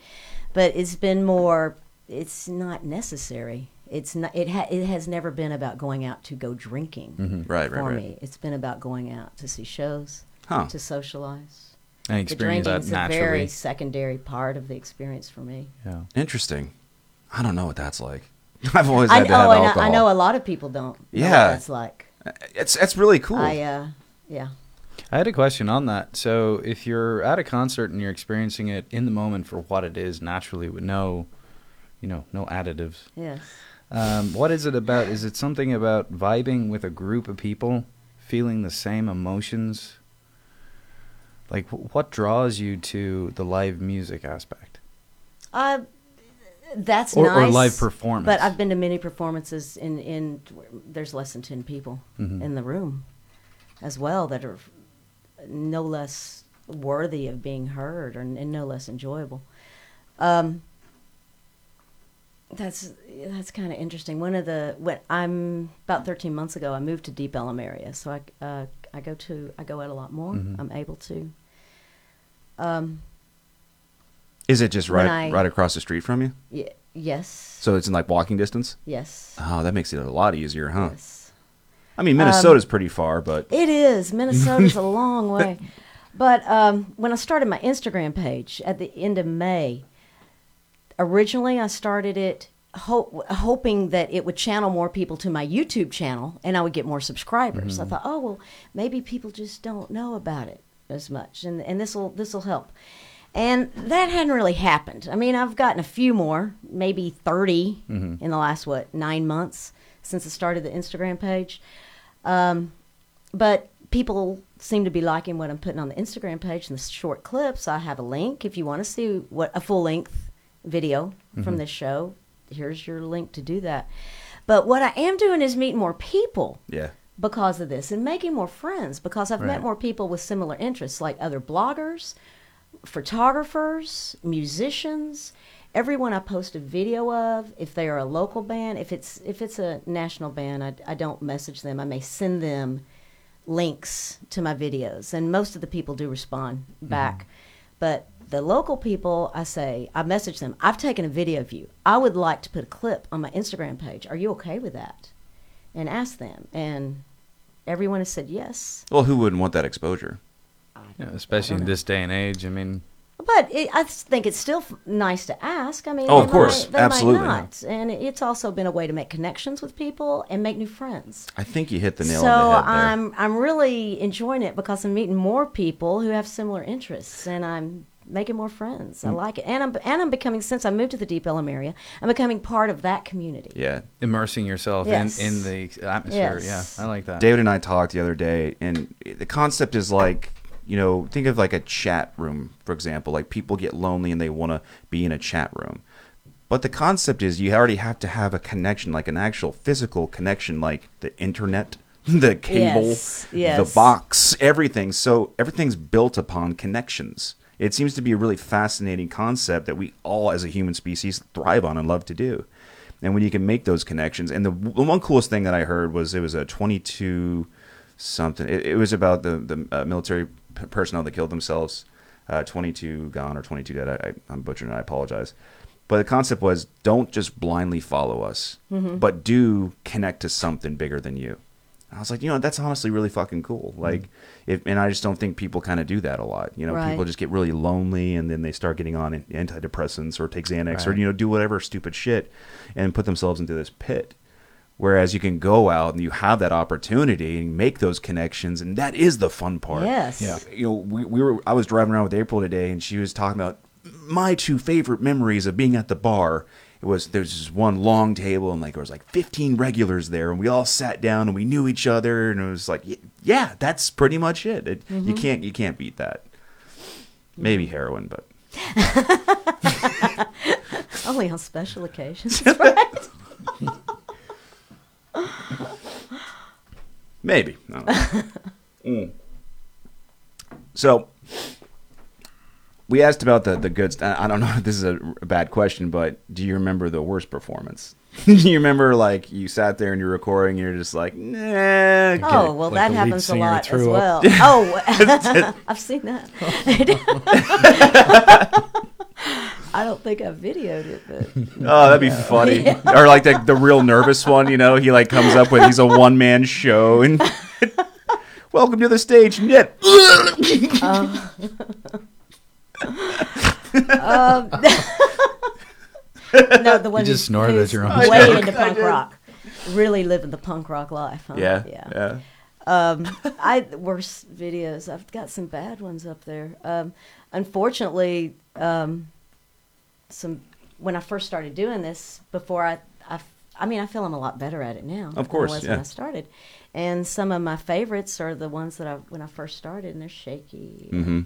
S3: but it's been more. It's not necessary. It's not. It ha, It has never been about going out to go drinking.
S1: Mm-hmm. Right,
S3: For
S1: right, right.
S3: me, it's been about going out to see shows,
S1: Huh.
S3: to socialize.
S4: I
S3: The
S4: experience that
S3: drinking's a very
S4: naturally.
S3: secondary part of the experience for me.
S4: Yeah.
S1: Interesting. I don't know what that's like. <laughs> I've always
S3: I,
S1: had to have
S3: oh, and
S1: alcohol.
S3: I, I know a lot of people don't. Know
S1: Yeah.
S3: what that's like.
S1: It's it's really cool.
S3: I uh, yeah.
S4: I had a question on that. So, if you're at a concert and you're experiencing it in the moment for what it is naturally, with no, you know, no additives,
S3: Yes.
S4: um, what is it about? Is it something about vibing with a group of people, feeling the same emotions? Like, wh- what draws you to the live music aspect?
S3: Uh, that's
S4: Or- or
S3: nice.
S4: live performance.
S3: But I've been to many performances in in there's less than ten people
S4: Mm-hmm.
S3: in the room, as well that are no less worthy of being heard or, and no less enjoyable. Um, that's that's kind of interesting. One of the when I'm about 13 months ago, I moved to Deep Ellum area, so I uh, I go to I go out a lot more.
S4: Mm-hmm.
S3: I'm able to
S1: Is it just
S3: When
S1: right
S3: I-
S1: right across the street from you?
S3: y- yes
S1: So it's in like walking distance.
S3: yes
S1: Oh, that makes it a lot easier, huh?
S4: Uh-huh.
S3: yes. Um,
S1: I mean, Minnesota's pretty far, but
S3: It is. Minnesota's a long way. But um, when I started my Instagram page at the end of May, originally I started it ho- hoping that it would channel more people to my YouTube channel and I would get more subscribers. I thought, oh well, maybe people just don't know about it as much, and and this will this will help. And that hadn't really happened. I mean, I've gotten a few more, maybe 30 in the last what nine months since I started the Instagram page but people seem to be liking what I'm putting on the Instagram page and the short clips. I have a link if you want to see what a full length video from this show. Here's your link to do that. But what I am doing is meeting more people
S1: yeah.
S3: because of this and making more friends because I've
S4: Right.
S3: met more people with similar interests, like other bloggers, photographers, musicians, everyone I post a video of. If they are a local band, if it's if it's a national band, I, I don't message them. I may send them links to my videos, and most of the people do respond back. But the local people, I say, I message them. I've taken a video of you. I would like to put a clip on my Instagram page. Are you okay with that? and asked them, and everyone has said yes.
S1: Well, who wouldn't want that exposure?
S4: Yeah, especially in this day and age. I mean,
S3: But it, I s- think it's still f- nice to ask. I mean,
S1: Oh, of
S3: they
S1: course.
S3: might- they might
S1: Absolutely.
S3: not. And it's also been a way to make connections with people and make new friends.
S1: I think you hit the nail
S3: so um,
S1: on the head there.
S3: I'm I'm really enjoying it because I'm meeting more people who have similar interests, and I'm making more friends.
S1: Mm.
S3: I like it, and I'm and I'm becoming since I moved to the Deep Ellum area, I'm becoming part of that community.
S1: yeah.
S4: immersing yourself
S3: Yes.
S4: in, in the atmosphere.
S3: Yes.
S4: Yeah, I like that.
S1: David and I talked the other day, and the concept is like, you know, think of like a chat room, for example. Like people get lonely and they want to be in a chat room. But the concept is you already have to have a connection, like an actual physical connection, like the internet, <laughs> the cable,
S3: Yes, yes.
S1: the box, everything. So everything's built upon connections. It seems to be a really fascinating concept that we all, as a human species, thrive on and love to do. And when you can make those connections, and the, the one coolest thing that I heard was it was a 22 something. It, it was about the the uh, military p- personnel that killed themselves. Uh, 22 gone or 22 dead. I, I, I'm butchering. it, I apologize. But the concept was don't just blindly follow us,
S3: Mm-hmm.
S1: but do connect to something bigger than you. And I was like, you know, that's honestly really fucking cool. Like, if, and I just don't think people kind of do that a lot. You know,
S3: Right.
S1: people just get really lonely and then they start getting on an- antidepressants or take Xanax or,
S4: Right.
S1: you know, do whatever stupid shit and put themselves into this pit. Whereas you can go out and you have that opportunity and make those connections. And that is the fun part
S3: Yes.
S4: Yeah.
S1: you know, we, we were I was driving around with April today, and she was talking about my two favorite memories of being at the bar. It was there's this one long table, and like there was like 15 regulars there, and we all sat down and we knew each other, and it was like, y- yeah, that's pretty much it. it You can't you can't beat that. Maybe heroin, but
S3: Only on Oh, special occasions.
S1: maybe. I don't know. Mm. So we asked about the the good. St- I don't know if this is a a bad question, but do you remember the worst performance? <laughs> do you remember like you sat there and you're recording, and you're just like, nah.
S3: Oh well, that
S4: Like the lead
S3: happens a
S4: singer
S3: lot as
S4: threw
S3: well.
S4: up. <laughs>
S3: oh, <laughs> I've seen that. I don't think I videoed it,
S4: <laughs>
S3: but
S1: Oh, that'd be funny. Or like the, the real nervous one, you know, he like comes up with he's a one man show and <laughs> welcome to the stage. And yet,
S3: no, the one
S4: You just
S3: who's-
S4: snorted at
S3: who's
S4: your own
S3: Way
S1: joke.
S3: into
S1: I
S3: punk
S1: did.
S3: rock, really living the punk rock life. Huh?
S1: yeah,
S3: yeah.
S1: yeah.
S3: Um, I worst videos. I've got some bad ones up there. Um, unfortunately, um, some when I first started doing this, before I, I, I mean, I feel I'm a lot better at it now. than I
S1: course,
S3: was
S1: yeah.
S3: when I started. And some of my favorites are the ones that I when I first started, and they're shaky.
S1: Mm-hmm.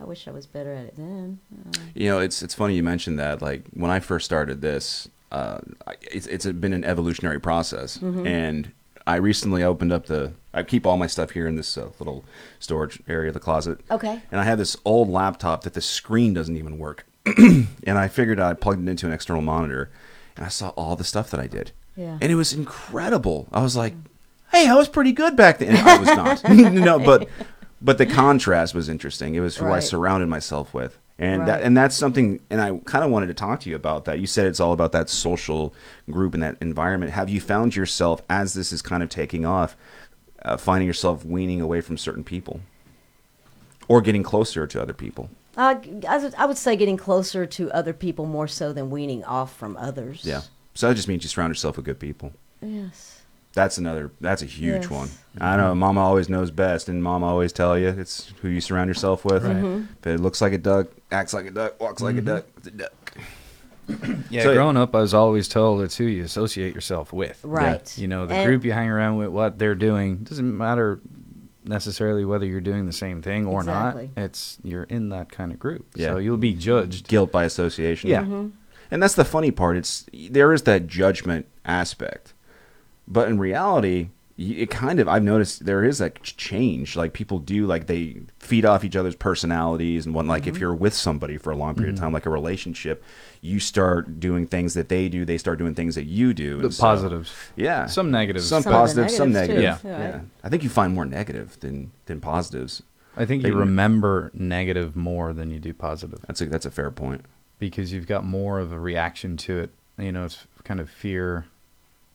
S3: I wish I was better at it then. Uh,
S1: You know, it's it's funny you mentioned that. Like when I first started this, uh, I- it's it's been an evolutionary process,
S3: Mm-hmm.
S1: and I recently opened up the. I keep all my stuff here in this uh, little storage area of the closet.
S3: Okay.
S1: And I have this old laptop that the screen doesn't even work, <clears throat> and I figured I plugged it into an external monitor, and I saw all the stuff that I did.
S3: Yeah.
S1: And it was incredible. I was like, hey, I was pretty good back then. And I was not. <laughs> no, but but the contrast was interesting. It was who I
S3: Right.
S1: surrounded myself with. And
S3: Right.
S1: that and that's something and I kind of wanted to talk to you about that. You said it's all about that social group and that environment. Have you found yourself as this is kind of taking off uh, finding yourself weaning away from certain people or getting closer to other people?
S3: Uh, I, would- I would say getting closer to other people more so than weaning off from others.
S1: Yeah. So that just means you surround yourself with good people.
S3: Yes.
S1: That's another. That's a huge
S3: Yes.
S1: one. I know. Mama always knows best, and Mama always tell you it's who you surround yourself with.
S4: Right. Mhm.
S1: If it looks like a duck, acts like a duck, walks like
S3: Mm-hmm.
S1: a duck, it's a duck.
S4: Yeah,
S1: So-
S4: growing up, I was always told it's who you associate yourself with.
S3: Right.
S4: You know, the
S3: And-
S4: group you hang around with, what they're doing, doesn't matter necessarily whether you're doing the same thing or
S3: Exactly.
S4: not. It's you're in that kind of group,
S1: Yeah.
S4: so you'll be judged.
S1: Guilt by association.
S4: Yeah.
S3: Mm-hmm.
S1: And that's the funny part. It's there is that judgment aspect, but in reality, y- it kind of I've noticed there is a ch- change. Like people do like they feed off each other's personalities and one. Like
S3: Mm-hmm.
S1: if you're with somebody for a long
S4: Mm-hmm.
S1: period of time, like a relationship, you start doing things that they do. They start doing things that you do.
S4: The
S1: and so-
S4: positives.
S1: Yeah.
S4: Some negatives.
S1: Some,
S3: Some of the
S1: positive, some negative.
S3: negatives,
S1: Yeah.
S3: too. Yeah.
S1: I think you find more negative than than positives.
S4: I think
S1: They-
S4: you remember negative more than you do positive
S1: That's a that's a fair point.
S4: because you've got more of a reaction to it. You know, it's kind of fear,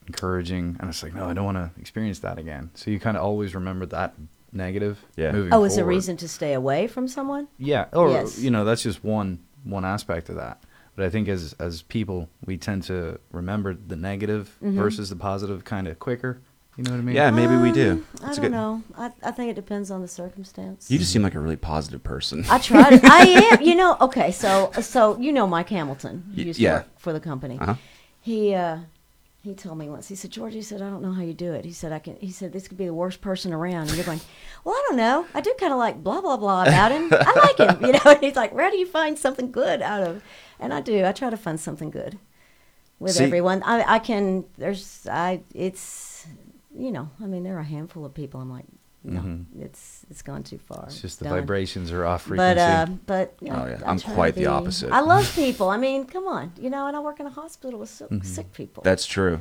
S4: encouraging, and it's like, no, I don't want to experience that again. So you kind of always remember that negative.
S1: Yeah.
S4: Moving
S3: Oh, it's a
S4: forward.
S3: reason to stay away from someone.
S4: Yeah, or
S3: Yes.
S4: you know, that's just one one aspect of that. But I think as as people, we tend to remember the negative
S3: Mm-hmm.
S4: versus the positive kind of quicker. You know what I mean?
S1: Yeah, maybe we do.
S3: Um, I
S1: That's a
S3: don't
S1: good-
S3: know. I, I think it depends on the circumstance.
S1: You just seem like a really positive person.
S3: <laughs> I tried. I am. You know. Okay. So so you know Mike Hamilton. who
S1: Y-
S3: used
S1: yeah.
S3: to work for the company.
S1: Uh-huh.
S3: He uh, he told me once. He said, George. He said, I don't know how you do it. He said, I can. He said, this could be the worst person around. And you're going, well, I don't know. I do kind of like blah blah blah about him. I <laughs> like him. You know. And he's like, where do you find something good out of? And I do. I try to find something good. with
S1: See-
S3: everyone. I, I can. There's. I. It's. You know. I mean, there are a handful of people. I'm like, no,
S1: Mm-hmm.
S3: it's it's gone too far.
S4: It's just the
S3: done.
S4: vibrations are off frequency.
S3: But uh, but you know,
S1: Oh, yeah.
S3: I
S1: I'm
S3: try to
S1: quite the
S3: be-
S1: opposite.
S3: I love people. I mean, come on, you know. And I work in a hospital with so, sick people.
S1: Mm-hmm. That's true.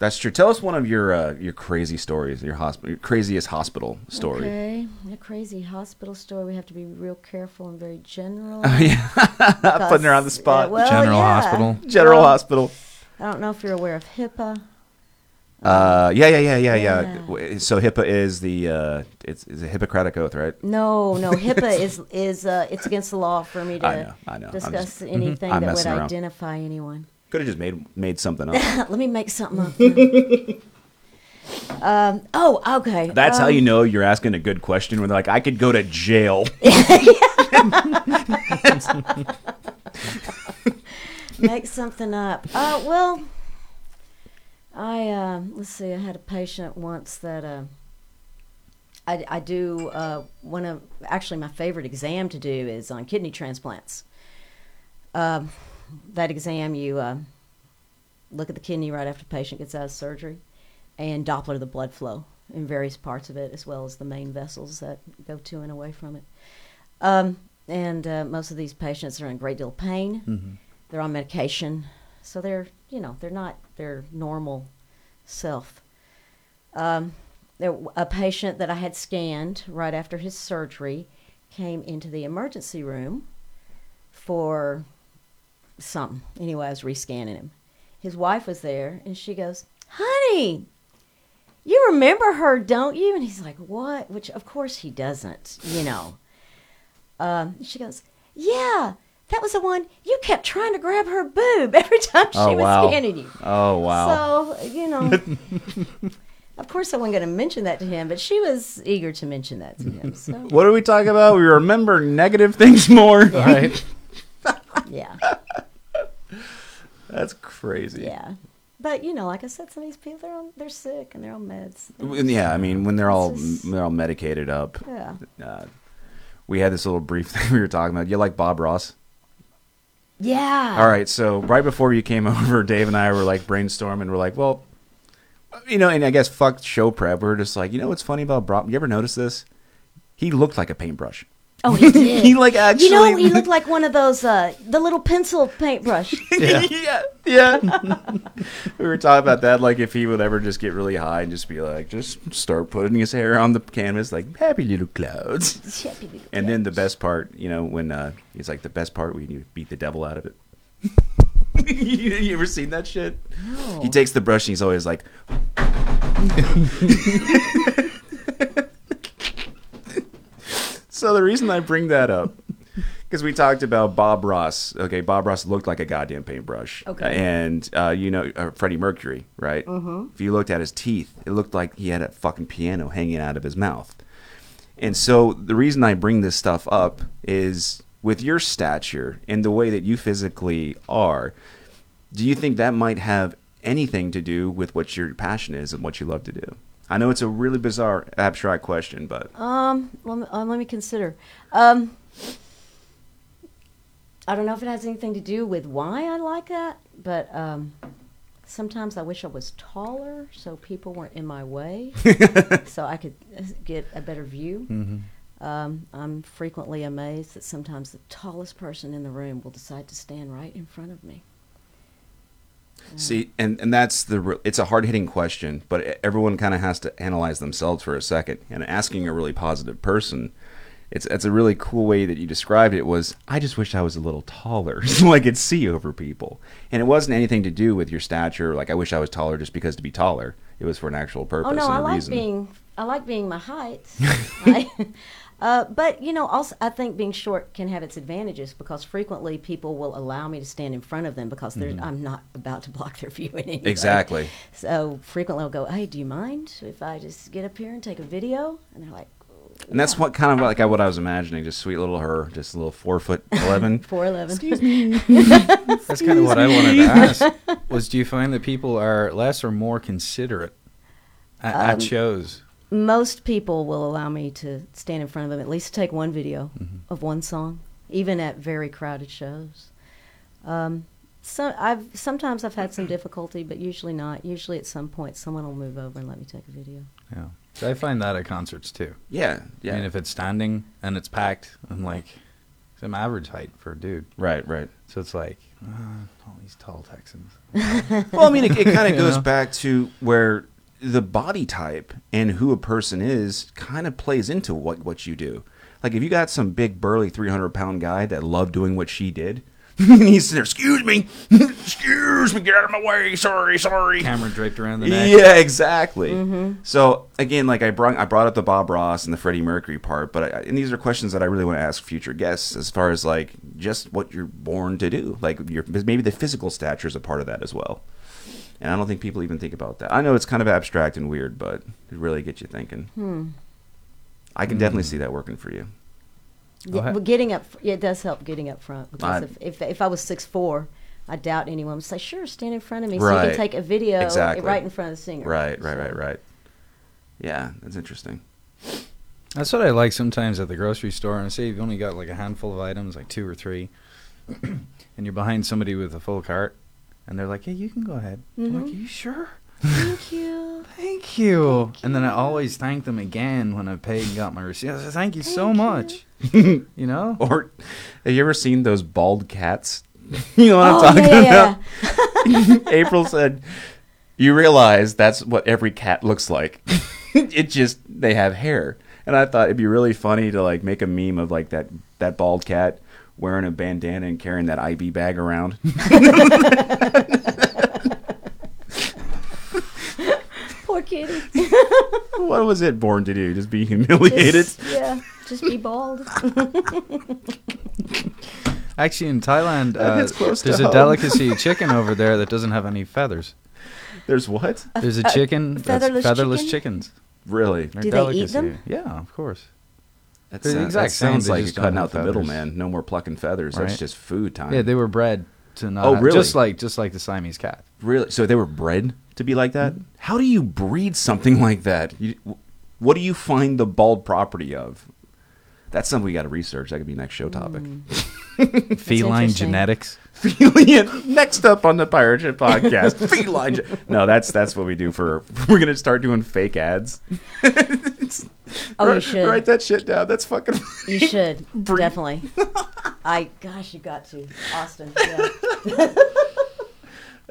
S1: That's true. Tell us one of your uh, your crazy stories, your hospital, your craziest hospital story. <laughs>
S3: Okay, a crazy hospital story. We have to be real careful and very
S1: <laughs>
S3: general.
S1: Oh, Putting her on the spot.
S3: Yeah, uh, well,
S4: General
S3: yeah.
S4: Hospital.
S1: General
S3: Well,
S1: Hospital.
S3: I don't know if you're aware of HIPAA.
S1: Uh, yeah, yeah, yeah, yeah, yeah.
S3: Yeah.
S1: W- So HIPAA is the uh, it's, it's a Hippocratic oath, right?
S3: No,
S1: <laughs>
S3: no, HIPAA is is uh, it's against the law for me to
S1: I know, I know. I'm
S3: discuss
S1: just- Mm-hmm.
S3: anything
S1: I'm
S3: that would
S1: messing around.
S3: identify anyone. <clears throat>
S1: Could have just made made something up.
S3: <laughs> Let me make something up.
S1: <laughs>
S3: um, oh, okay.
S1: That's how
S3: um,
S1: you know you're asking a good question when they're like, "I could go to
S3: <laughs>
S1: jail."
S3: make something up. Uh, well, I uh, let's see. I had a patient once that uh, I, I do uh, one of actually my favorite exam to do is on kidney transplants. Um, that exam, you uh, look at the kidney right after the patient gets out of surgery, and Doppler the blood flow in various parts of it, as well as the main vessels that go to and away from it. Um, and uh, most of these patients are in a great deal of pain they're on medication so they're you know they're not their normal self um, there, a patient that i had scanned right after his surgery came into the emergency room for something anyway i was rescanning him his wife was there and she goes honey you remember her don't you and he's like what which of course he doesn't you know um, she goes, Yeah, that was the one you kept trying to grab her boob every time she
S1: Oh,
S3: was
S1: wow.
S3: scanning you.
S1: Oh wow!
S3: So,
S1: <laughs>
S3: you know, of course I wasn't going to mention that to him, but she was eager to mention that to
S1: <laughs>
S3: him. So,
S1: what are we talking about? We remember negative things <laughs> more.
S4: right?
S3: <laughs>
S1: <laughs>
S3: yeah,
S1: That's crazy.
S3: yeah. But, you know, like I said, some of these people, they're, on, they're sick and they're on meds.
S1: When- Yeah, I mean when they're all
S3: This is-
S1: they're all medicated up.
S3: Yeah.
S1: Uh, we had this little brief <laughs> thing we were talking about. You like Bob Ross?
S3: Yeah.
S1: All right, so right before you came <laughs> over, Dave and I were like brainstorming. We're like, well, you know, and I guess fuck show prep. We are just like, you know, what's funny about Bob? You ever notice this? He looked like a
S3: <laughs>
S1: paintbrush.
S3: Oh, he
S1: <laughs>
S3: did.
S1: He like actually.
S3: you know, he looked like one of those, uh, the little pencil
S1: <laughs>
S3: paintbrush. <laughs>
S1: yeah, yeah. yeah. <laughs> we were talking about that, like if he would ever just get really high and just be like, just start putting his hair on the canvas, like happy little clouds.
S3: Chippy little
S1: And then the best part, you know, when uh, he's like, the best part, we need to beat the devil out of it. <laughs> you, you ever seen that shit?
S3: No.
S1: He takes the brush and he's always like, so the reason I bring that up, because we talked about Bob Ross. Okay, Bob Ross looked like a goddamn paintbrush.
S3: Okay.
S1: And, uh, you know, uh, Freddie Mercury, right? Mm-hmm. If you looked at his teeth, it looked like he had a fucking piano hanging out of his mouth. And so the reason I bring this stuff up is with your stature and the way that you physically are, do you think that might have anything to do with what your passion is and what you love to do? I know it's a really bizarre, abstract question, but
S3: Um, let me, um, let me consider. Um, I don't know if it has anything to do with why I like that, but um, sometimes I wish I was taller so people weren't in my way, so I could uh, get a better view. Um, I'm frequently amazed that sometimes the tallest person in the room will decide to stand right in front of me.
S1: see, and, and that's the re- it's a hard hitting question, but e, everyone kind of has to analyze themselves for a second. And asking a really positive person, it's it's a really cool way that you described it. Was I just wish I was a little taller <laughs> so I could see over people, and it wasn't anything to do with your stature. Like I wish I was taller just because to be taller. It was for an actual purpose.
S3: Oh no,
S1: and
S3: I
S1: a
S3: like
S1: reason.
S3: being I like being
S1: <laughs>
S3: my height. I- <laughs> uh, but you know, also I think being short can have its advantages because frequently people will allow me to stand in front of them because they're, I'm not about to <laughs> block their view in any way.
S1: Mm-hmm. Exactly.
S3: So frequently I'll go, "Hey, do you mind if I just get up here and take a video?" And they're like,
S1: And that's what kind of like I- what I was imagining. Just sweet little her, just a little four foot
S3: <laughs>
S1: eleven.
S3: four eleven.
S4: That's kind of what I wanted to ask. Was do you find that people are less or more considerate at,
S1: Um,
S4: at shows?
S3: Most people will allow me to stand in front of them, at least take
S1: Mm-hmm.
S3: one video of one song, even at very crowded shows. Um, So I've sometimes I've
S1: <clears throat>
S3: had some difficulty, but usually not. Usually at some point someone will move over and let me take a video.
S4: Yeah. So I find that at concerts too.
S1: Yeah,
S4: I mean,
S1: yeah.
S4: if it's standing and it's packed, I'm like, it's an average height for a dude.
S1: Right, right.
S4: So it's like, uh, all these tall Texans.
S1: Well, I mean,
S4: <laughs>
S1: it, it kind of
S4: You
S1: goes
S4: know?
S1: back to where the body type and who a person is kind of plays into what what you do. Like if you got some big burly three hundred pound guy that loved doing what she did, <laughs> and he's there. Excuse me, <laughs> excuse me, get out of my way. Sorry, sorry.
S4: Camera draped around the neck.
S1: Yeah, exactly.
S3: Mm-hmm.
S1: So again, like I brought I brought up the Bob Ross and the Freddie Mercury part, but I, and these are questions that I really want to ask future guests as far as like just what you're born to do, like your maybe the physical stature is a part of that as well. And I don't think people even think about that. I know it's kind of abstract and weird, but it really gets you thinking.
S3: Hmm.
S1: I can definitely see that working for you.
S3: Yeah,
S4: Okay.
S3: but getting up, yeah, it does help getting up front because
S1: I-
S3: if, if if I was six four, I doubt anyone would say, "Sure, stand in front of me so you
S1: Right.
S3: can take a video
S1: Exactly.
S3: right in front of the singer."
S1: Right, right,
S3: So-
S1: right, right. Yeah, that's interesting. <laughs>
S4: That's what I like sometimes at the grocery store. And say you've only got like a handful of items, like two or three, <clears throat> and you're behind somebody with a full cart, and they're like, "Hey, you can go ahead." I'm like, "Are you sure?"
S3: Thank you.
S4: Thank you. And then I always thank them again when I paid and got my receipt. I say, Thank you so much. you know?
S1: Or have you ever seen those bald cats? <laughs> you know <laughs> what I'm
S3: Oh,
S1: talking
S3: yeah, yeah,
S1: about? <laughs> April said, "You realize that's what every cat looks like. <laughs> it just they have hair." And I thought it'd be really funny to like make a meme of like that that bald cat wearing a bandana and carrying that IB bag around. <laughs>
S3: Poor kitty.
S1: what was it born to do? Just be humiliated?
S3: Just- yeah, just be bald.
S4: Actually, in Thailand, uh,
S1: hits close to
S4: there's a
S1: home.
S4: delicacy chicken over there that doesn't have any feathers.
S1: There's what?
S4: There's a chicken that's
S3: featherless
S4: featherless,
S3: chicken?
S4: chickens.
S1: Really?
S4: They're
S3: Do they eat them?
S4: delicacy. Yeah, of course.
S1: That,
S4: They're the
S1: sound-
S4: exact
S1: that
S4: same,
S1: sounds
S4: they
S1: like you're
S4: just
S1: cutting
S4: don't
S1: out
S4: have
S1: the
S4: feathers.
S1: middleman. No more plucking feathers.
S4: Right.
S1: That's just food time.
S4: Yeah, they were bred to not.
S1: Oh,
S4: have-
S1: really?
S4: Just like just like the Siamese cat.
S1: Really? So they were bred to be like
S3: Mm-hmm.
S1: that? How do you breed something <laughs> like that? You, what do you find the bald property of? That's something we got to research. That could be next show topic.
S3: Mm.
S1: <laughs>
S4: Feline
S3: interesting.
S4: genetics.
S1: Feline. next up on the Pirate Ship podcast,
S3: <laughs>
S1: feline. gen- No, that's that's what we do for. <laughs> We're gonna start doing fake ads.
S3: Oh, you
S1: Write-
S3: should.
S1: write that shit down. That's fucking. <laughs>
S3: You should definitely. I gosh, you got to Austin.
S1: <laughs>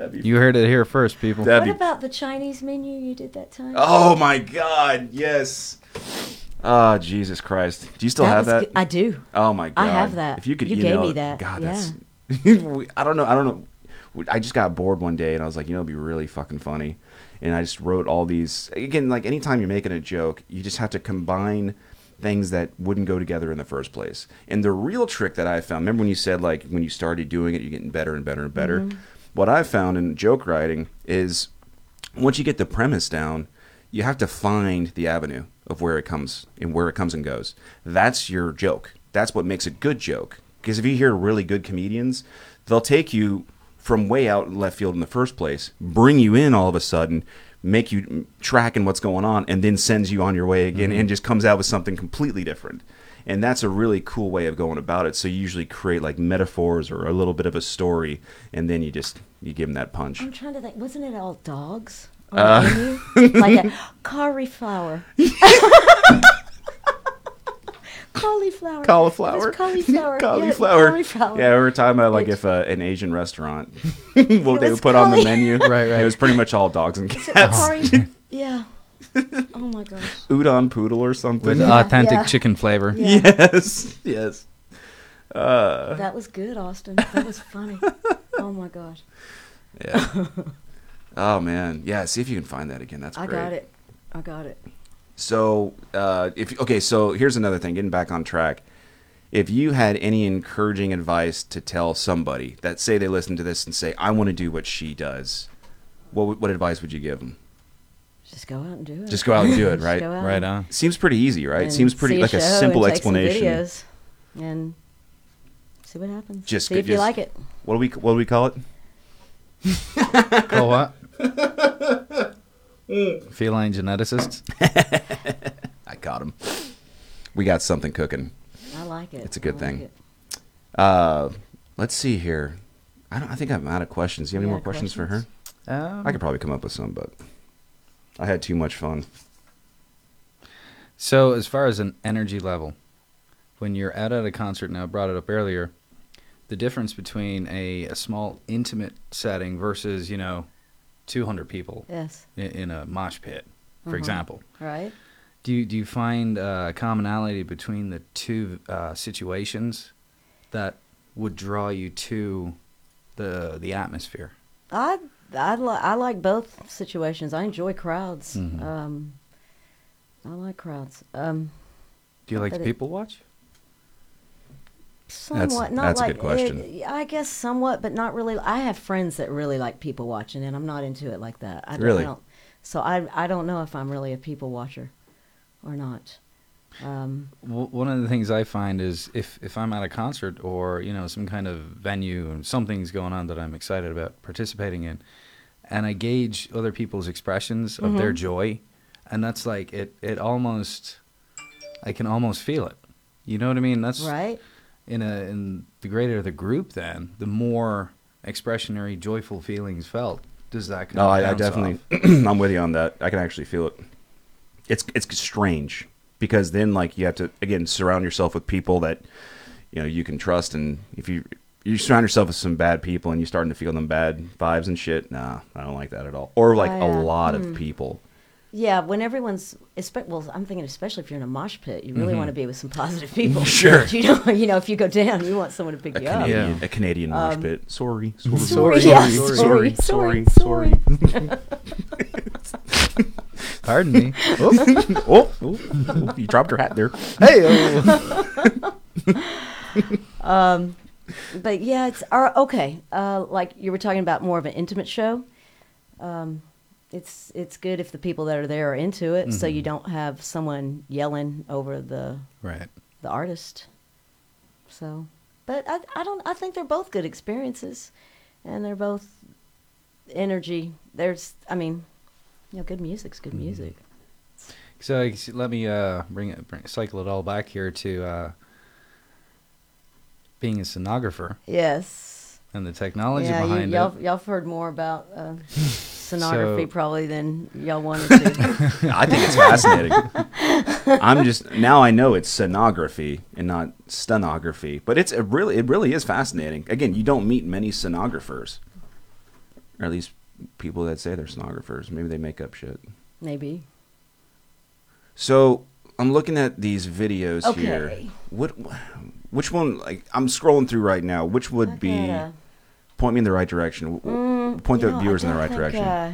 S3: Yeah.
S4: You heard it here first, people.
S1: That'd
S3: What
S1: be-
S3: about the Chinese menu you did that time?
S1: oh my god! Yes. Ah, Jesus Christ! Do you still have
S3: was
S1: that?
S3: good. I do.
S1: Oh my god!
S3: I have that.
S1: If you could
S3: You gave
S1: email
S3: me
S1: it-
S3: that.
S1: God,
S3: Yeah.
S1: that's. <laughs> we- I don't know. I don't know. We- I just got bored one day and I was like, you know, it'd be really fucking funny. And I just wrote all these again. Like anytime you're making a joke, you just have to combine things that wouldn't go together in the first place. And the real trick that I found, remember when you said like when you started doing it, you're getting better and better and better.
S3: Mm-hmm.
S1: What I found in joke writing is once you get the premise down, you have to find the avenue of where it comes and where it comes and goes. That's your joke. That's what makes a good joke. Because if you hear really good comedians, they'll take you from way out in left field in the first place, bring you in all of a sudden, make you mm, tracking what's going on, and then sends you on your way again and just comes out with something completely different. And that's a really cool way of going about it. So you usually create like metaphors or a little bit of a story, and then you just you give them that punch.
S3: I'm trying to think. Wasn't it all dogs? on
S1: Uh,
S3: the
S1: <laughs>
S3: menu? like a cauliflower. cauliflower. It
S1: cauliflower. <laughs>
S3: was cauliflower.
S1: cauliflower.
S3: Yeah, cauliflower.
S1: Yeah, we were talking about like
S3: It-
S1: if uh, an Asian
S3: <laughs>
S1: restaurant, <laughs> what they would
S3: was
S1: put on the
S3: cauli-
S1: menu.
S4: Right, right.
S1: It was pretty much all dogs and
S3: Is it
S1: cats. <laughs>
S3: cauli- yeah. Oh my gosh.
S1: Udon poodle or
S4: With
S1: <laughs>
S4: uh,
S1: something.
S4: authentic
S3: yeah. <laughs>
S4: chicken flavor.
S3: Yeah.
S1: Yes, yes.
S3: That was good, Austin. That was funny. Oh my gosh.
S1: Yeah. oh man, yeah. See if you can find that again. That's
S3: I
S1: great.
S3: got it. I got it.
S1: So, uh, if okay, so here's another thing. Getting back on track, if you had any encouraging advice to tell somebody that say they listen to this and say, "I want to do what she does," what would- what advice would you give them?
S3: Just go out and do it.
S1: Just go out and do it,
S3: <laughs> Just
S1: right?
S3: go out
S4: Right
S3: and-
S4: on.
S1: Uh-huh. Seems pretty easy, right?
S3: and
S1: Seems pretty
S3: see
S1: like a
S3: show and
S1: simple
S3: take some
S1: explanation.
S3: videos and see what happens.
S1: Just
S3: see
S1: go-
S3: if you
S1: just-
S3: like it.
S1: What do we what do we call it?
S4: Call what? <laughs> Feline geneticists.
S1: I caught him. We got something cooking.
S3: I like it.
S1: It's a good
S3: I like
S1: thing.
S3: it.
S1: Uh, let's see here. I don't. I think I'm out of questions. Do you have
S3: You
S1: any more
S3: out of
S1: questions, for her?
S3: questions?
S4: Um,
S1: I could probably come up with some, but I had too much fun.
S4: So, as far as an energy level, when you're out at a concert, now I brought it up earlier, the difference between a, a small, intimate setting versus, you know, 200 people
S3: Yes.
S4: i- in a mosh pit, for
S3: Mhm.
S4: example.
S3: Right.
S4: Do you, do you find uh, commonality between the two uh, situations that would draw you to the, the atmosphere?
S3: I I, li- I like both situations. I enjoy crowds.
S1: Mm-hmm.
S3: Um, I like crowds. Um,
S4: Do you like
S3: But
S4: to
S3: it-
S4: people watch?
S3: somewhat, not
S1: that's a
S3: like
S1: good question.
S3: eh, I guess somewhat, but not really. I have friends that really like people watching, and I'm not into it like that. I don't,
S1: Really?
S3: I don't, so I I don't know if I'm really a people watcher or not. Um,
S4: W- one of the things I find is if, if I'm at a concert or you know some kind of venue and something's going on that I'm excited about participating in, and I gauge other people's expressions of their joy, and that's like it it almost I can almost feel it. You know what I mean? That's
S3: right.
S4: in a in the greater the group, then the more expressionary, joyful feelings felt. Does that kind
S1: No,
S4: of
S1: I, I
S4: bounce
S1: definitely. <clears throat>
S4: off?
S1: I'm with you on that. I can actually feel it. It's it's strange because then like you have to again surround yourself with people that you know you can trust, and if you you surround yourself with some bad people and you're starting to feel them bad vibes and shit. Nah, I don't like that at all. Or like
S3: Oh,
S1: a
S3: yeah.
S1: lot of people.
S3: Yeah, when everyone's espe- well, I'm thinking especially if you're in a mosh pit, you really want to be with some positive <laughs> people.
S1: Sure.
S3: You know, you know, if you go down, you want someone to pick
S1: A
S3: you up.
S1: Canadian,
S4: Yeah.
S1: a Canadian mosh pit. <laughs> Sorry, sorry,
S3: Oh. Um, Sorry, yeah, <laughs> sorry, sorry, sorry, Mm-hmm.
S4: Pardon
S1: <laughs>
S4: me.
S1: oh, oh, oh, <laughs> you dropped your hat
S3: <laughs>
S1: there.
S4: hey.
S3: But yeah, it's uh, okay. Uh, like you were talking about more of an intimate show. Um, it's it's good if the people that are there are into it, so you don't have someone yelling over the
S4: Right.
S3: the artist. So, but I I don't I think they're both good experiences, and they're both energy. There's I mean, you know, good music's
S1: Mm-hmm.
S3: good music.
S4: So I guess- let me uh, bring it, bring, cycle it all back here to uh, being a sonographer
S3: Yes.
S4: and the technology
S3: yeah, you,
S4: behind
S3: y'all
S4: it.
S3: y'all have heard more about
S1: <laughs>
S3: uh, sonography
S4: So-
S3: probably than y'all
S1: <laughs>
S3: wanted to.
S1: I think it's fascinating. I'm just now I know it's sonography and not stenography, but it's a really it really is fascinating. Again, you don't meet many sonographers, or at least people that say they're sonographers. Maybe they make up shit.
S3: Maybe.
S1: So I'm looking at these videos here.
S3: Okay.
S1: What, which one? Like I'm scrolling through right now. Which would be
S3: gotta- Mm,
S1: point me in the right direction? W- point
S3: You
S1: the
S3: know, I
S1: viewers in the
S3: don't
S1: right
S3: think,
S1: direction.
S3: uh,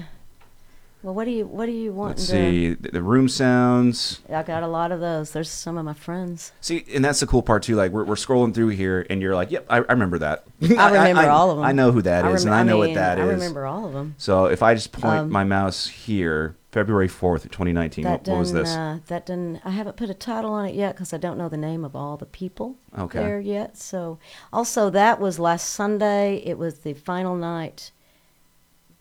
S3: well, what do you what do you want?
S1: Let's
S3: to-
S1: see the, the room sounds.
S3: I got a lot of those. There's some of my friends.
S1: See, and that's the cool part too. Like we're, we're scrolling through here, and you're like, "Yep, I, I remember that.
S3: <laughs> I remember
S1: I-
S3: all of them.
S1: I know who that is,
S3: rem-
S1: and I, know
S3: mean,
S1: what that is.
S3: I remember all of them.
S1: So if I just point
S3: Um,
S1: my mouse here, February fourth, twenty nineteen.
S3: That
S1: What, what was
S3: done,
S1: this?
S3: Uh, that done. I haven't put a title on it yet because I don't know the name of all the people
S1: Okay.
S3: there yet. So, also that was last Sunday. It was the final night.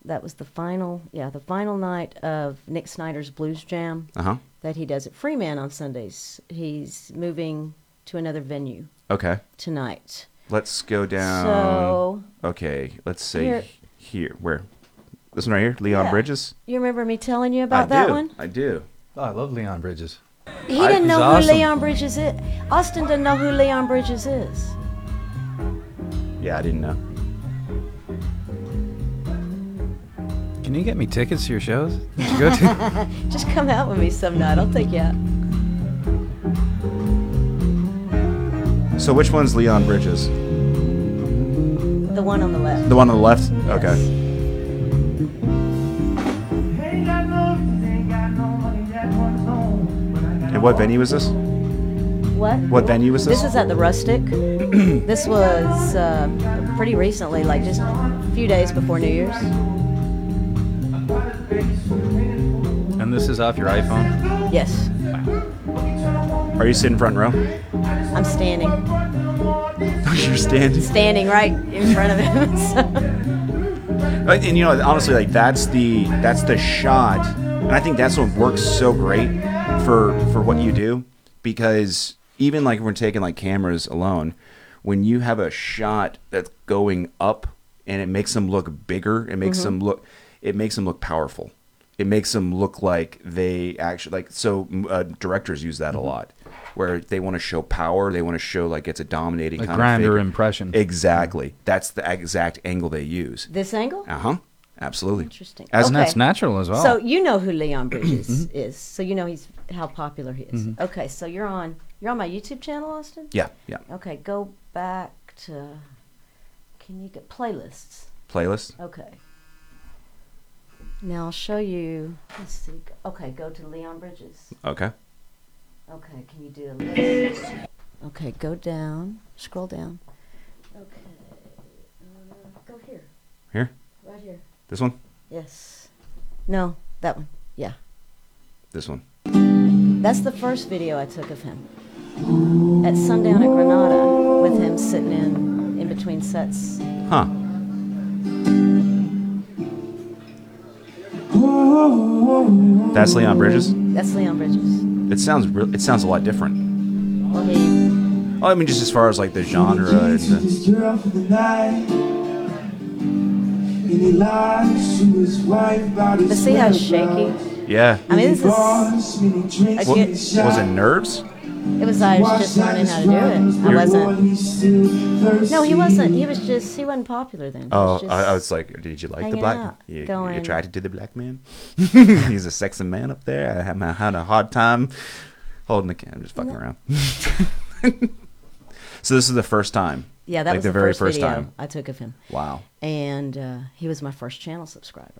S3: That was the final, yeah, the final night of Nick Snyder's Blues Jam
S1: Uh huh.
S3: that he does at Freeman on Sundays. He's moving to another venue
S1: Okay.
S3: tonight.
S1: Let's go down.
S3: So
S1: okay, let's say
S3: Here.
S1: here. Where? This one right here, Leon
S3: Yeah.
S1: Bridges.
S3: you remember me telling you
S1: I
S3: about that
S1: do.
S3: one?
S1: I do.
S4: Oh, I love Leon Bridges.
S3: He
S4: I-
S3: didn't
S4: he's
S3: know who
S4: awesome.
S3: Leon Bridges is. Austin didn't know who Leon Bridges is.
S1: Yeah, I didn't know.
S4: Can you get me tickets to your shows? Did you go
S3: <laughs>
S4: to?
S3: Just come out with me some night. I'll take you out.
S1: So which one's Leon Bridges?
S3: The one on the left.
S1: The one on the left. Okay.
S3: Yes.
S1: And what venue is this?
S3: What?
S1: What venue is this?
S3: This is at the Rustic. <clears throat> this was uh, pretty recently, like just a few days before New Year's.
S4: and this is off your iPhone.
S3: Yes,
S1: Are you sitting front row? <laughs>
S3: I'm standing.
S1: You're standing.
S3: Standing right in front of him. <laughs> So-
S1: But- And you know, honestly, like that's the that's the shot, and I think that's what works so great for for what you do, because even like when we're taking like cameras alone, when you have a shot that's going up and it makes them look bigger. It makes them look it makes them look powerful. It makes them look like they actually like so m- uh, directors use that a lot where they want to show power, they want to show like it's a dominating
S4: Like
S1: kind
S4: grander
S1: of figure.
S4: impression.
S1: Exactly. That's the exact angle they use.
S3: This angle?
S1: Uh-huh. Absolutely.
S3: Interesting.
S1: As
S4: And
S3: Okay.
S4: that's natural as well.
S3: So you know who Leon Bridges is. So you know he's how popular he is. Okay, so you're on you're on my YouTube channel, Austin?
S1: yeah, yeah.
S3: Okay, go back to can you get playlists?
S1: Playlist.
S3: Okay. Now I'll show you let's see. Okay, go to Leon Bridges.
S1: Okay.
S3: Okay, can you do a list? Okay, go down. Scroll down. Okay. Uh, go here.
S1: Here.
S3: Right here.
S1: This one.
S3: Yes. No, that one. Yeah.
S1: This one.
S3: That's the first video I took of him at sundown at Granada with him sitting in in between sets.
S1: Huh. That's Leon Bridges.
S3: That's Leon Bridges.
S1: It sounds real. It sounds a lot different.
S3: Well, he
S1: Oh, I mean, just as far as like the genre and the,
S5: Just drunk for the night. And he lies to his wife about his
S3: but see how it's shaky.
S1: yeah.
S3: I mean, this is
S5: is.
S1: What,
S3: Again-
S1: was it nerves?
S3: it was I was just learning how to do it. I wasn't.
S5: wasn't.
S3: No, he wasn't. He was just he wasn't popular then. He
S1: Oh,
S3: just-
S1: I, I was like, did you like the
S3: hanging
S1: black?
S3: out,
S1: you, you
S3: going-
S1: attracted to the black man? <laughs> He's a sexy man up there. I had, I had a hard time holding the can. I'm just fucking around. <laughs> so this is the first time.
S3: yeah, that
S1: like
S3: was
S1: the,
S3: the
S1: very
S3: first,
S1: first
S3: video
S1: time.
S3: I took of him,
S1: Wow.
S3: and uh, he was my first channel subscriber.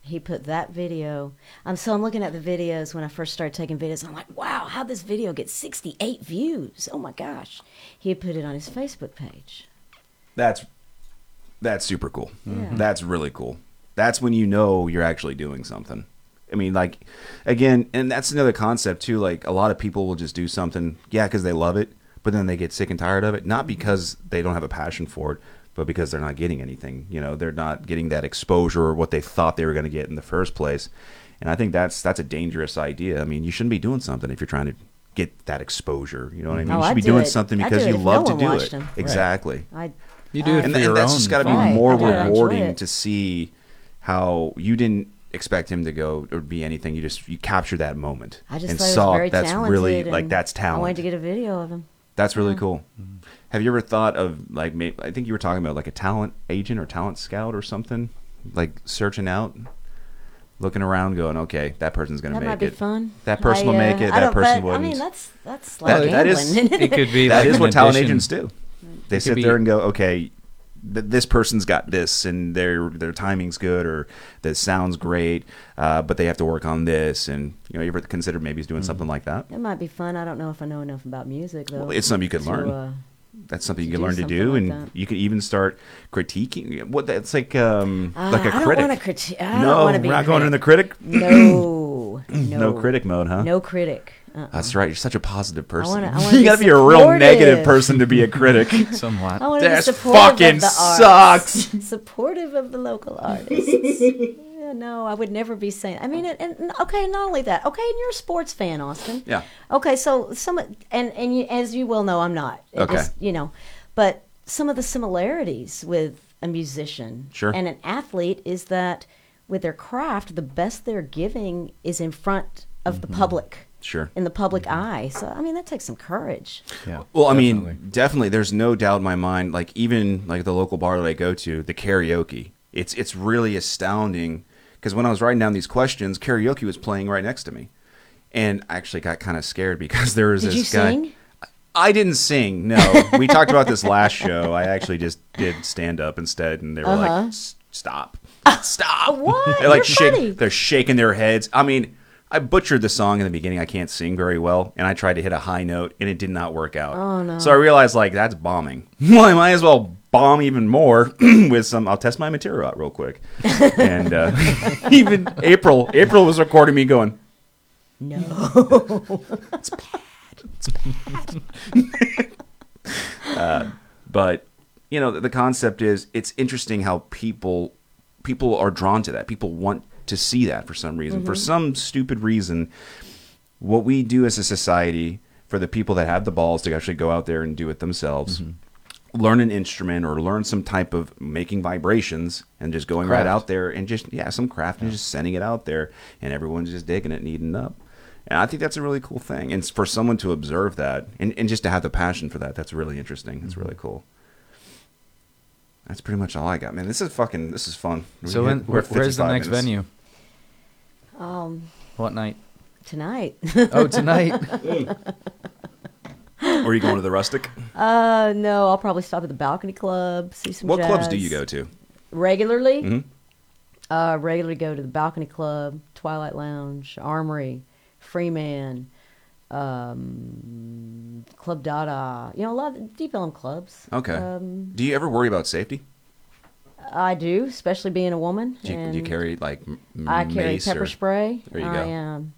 S3: He put that video. Um, so I'm looking at the videos when I first started taking videos. I'm like, wow, how this video get 68 views? Oh my gosh! He had put it on his Facebook page.
S1: That's that's super cool. Mm-hmm.
S3: Yeah.
S1: That's really cool. That's when you know you're actually doing something. I mean, like again, and that's another concept too. Like a lot of people will just do something, yeah, because they love it, but then they get sick and tired of it, not because they don't have a passion for it, but because they're not getting anything. You know, they're not getting that exposure or what they thought they were going to get in the first place. And I think that's that's a dangerous idea. I mean, you shouldn't be doing something if you're trying to get that exposure. You know what I mean?
S3: Oh,
S1: you should
S3: I
S1: be
S3: do
S1: doing
S3: it-
S1: something
S3: I do
S1: because
S3: it
S1: you
S3: if no
S1: love
S3: one
S1: to do
S3: watched
S1: it.
S3: them. Right.
S1: Exactly
S3: I
S4: you do it
S1: and,
S4: for
S1: and
S4: your
S1: that's
S4: own
S1: just got to be
S4: fun.
S3: Right. <laughs>
S1: more
S3: I did. I enjoyed
S1: rewarding
S3: it.
S1: to see how you didn't expect him to go or be anything. You just you captured that moment
S3: I just
S1: and
S3: thought he
S1: saw
S3: was very
S1: that's
S3: talented.
S1: really like
S3: and
S1: that's
S3: I wanted
S1: talent.
S3: to get a video of him.
S1: that's really cool. Have you ever thought of like may- I think you were talking about like a talent agent or talent scout or something like searching out. Looking around, going, okay, that person's going to
S3: That
S1: make
S3: might be
S1: it.
S3: fun.
S1: That person
S3: I,
S1: will make
S3: uh,
S1: it. That
S3: I don't-
S1: person
S3: but,
S1: wouldn't.
S3: I mean, that's that's
S1: That-
S3: like
S1: that is-
S3: gambling.
S4: <laughs> it could be
S1: That
S4: like
S1: is
S4: an
S1: what talent
S4: addition.
S1: agents do. They
S4: could
S1: sit
S4: be-
S1: there and go, okay, th- this person's got this, and their their timing's good, or the sounds great, uh, but they have to work on this. And you know, you ever considered maybe doing
S4: Mm-hmm.
S1: something like that?
S3: <laughs> It might be fun. I don't know if I know enough about music though.
S1: Well, it's something you could
S3: to,
S1: learn.
S3: uh,
S1: That's something you
S3: to
S1: can
S3: do
S1: learn to
S3: something
S1: do,
S3: like
S1: and
S3: that.
S1: you can even start critiquing. What that's like, um, like a
S3: Uh, I
S1: critic.
S3: don't want to critique. I
S1: no,
S3: don't want to be
S1: we're
S3: a
S1: not going in the
S3: critic.
S1: critic.
S3: No,
S1: <clears throat>
S3: no,
S1: No critic mode, huh?
S3: No critic. Uh-uh.
S1: That's right. You're such a positive person.
S3: wanna- I
S1: <laughs>
S3: wanna
S1: you
S3: be
S1: got to be a real negative
S3: supportive.
S1: person to
S3: <laughs>
S1: be a critic.
S4: Somewhat.
S3: I want to be
S1: That's
S3: supportive
S1: fucking
S3: of the arts.
S1: sucks.
S3: <laughs> supportive of the local
S1: <laughs>
S3: artists. yeah, no, I would never be saying. I mean, and, and okay, not only that. Okay, and you're a sports fan, Austin.
S1: Yeah.
S3: Okay, so some and and you, as you well know, I'm not. It
S1: Okay.
S3: Just, you know, but some of the similarities with a musician
S1: Sure.
S3: and an athlete is that with their craft, the best they're giving is in front of the public.
S1: Mm-hmm. Sure. Mm-hmm.
S3: In the public eye. So I mean, that takes some
S1: <laughs>
S3: courage.
S4: Yeah.
S1: Well, I mean,
S4: Definitely.
S1: definitely. There's no doubt in my mind. Like even like the local bar that I go to, the karaoke. It's it's really astounding because when I was writing down these questions, karaoke was playing right next to me, and I actually got kind of scared because <laughs> there was
S3: Did you
S1: this guy.
S3: sing?
S1: I didn't sing. No, we talked about this last show. I actually just did stand up instead, and they were like,
S3: Uh-huh.
S1: "S- "Stop, stop!"
S3: What?
S1: They're like
S3: You're
S1: shak-
S3: funny.
S1: They're shaking their heads. I mean, I butchered the song in the beginning. I can't sing very well, and I tried to hit a high note, and it did not work out. Oh no! So I realized like that's bombing. <laughs> Well, I might as well bomb even more <clears throat> with some. I'll test my material out real quick. and uh, <laughs> even April, April was recording me going.
S3: No.
S1: but you know the, the concept is it's interesting how people people are drawn to that people want to see that for some reason for some stupid reason what we do as a society for the people that have the balls to actually go out there and do it themselves
S4: Mm-hmm.
S1: learn an instrument or learn some type of making vibrations and just going right
S4: Craft.
S1: out there and just yeah some craft and just sending it out there and everyone's just digging it and eating it up and i think that's a really cool thing and for someone to observe that and, and just to have the passion for that that's really interesting it's really
S4: Mm-hmm.
S1: cool that's pretty much all i got man this is fucking this is fun We
S4: So
S1: hit-
S4: when,
S1: we're
S4: where,
S1: at
S4: where's the
S1: 55
S4: next
S1: minutes.
S4: venue?
S3: Um,
S4: What night?
S3: tonight.
S4: Oh,
S3: <laughs>
S4: tonight.
S1: or are you going to the rustic
S3: uh, no, I'll probably stop at the balcony club, see some.
S1: what clubs do
S3: jazz.
S1: you go to
S3: regularly?
S1: Mhm.
S3: Uh, regularly go to the balcony club, Twilight Lounge, Armory, Freeman, um, Club Dada. You know, a lot of deep elm clubs.
S1: okay
S3: Um,
S1: do you ever worry about safety
S3: I do, especially being a woman.
S1: do you, do you
S3: and
S1: carry like m-
S3: I carry
S1: mace
S3: pepper
S1: or-
S3: spray.
S1: There you
S3: I
S1: go.
S3: am.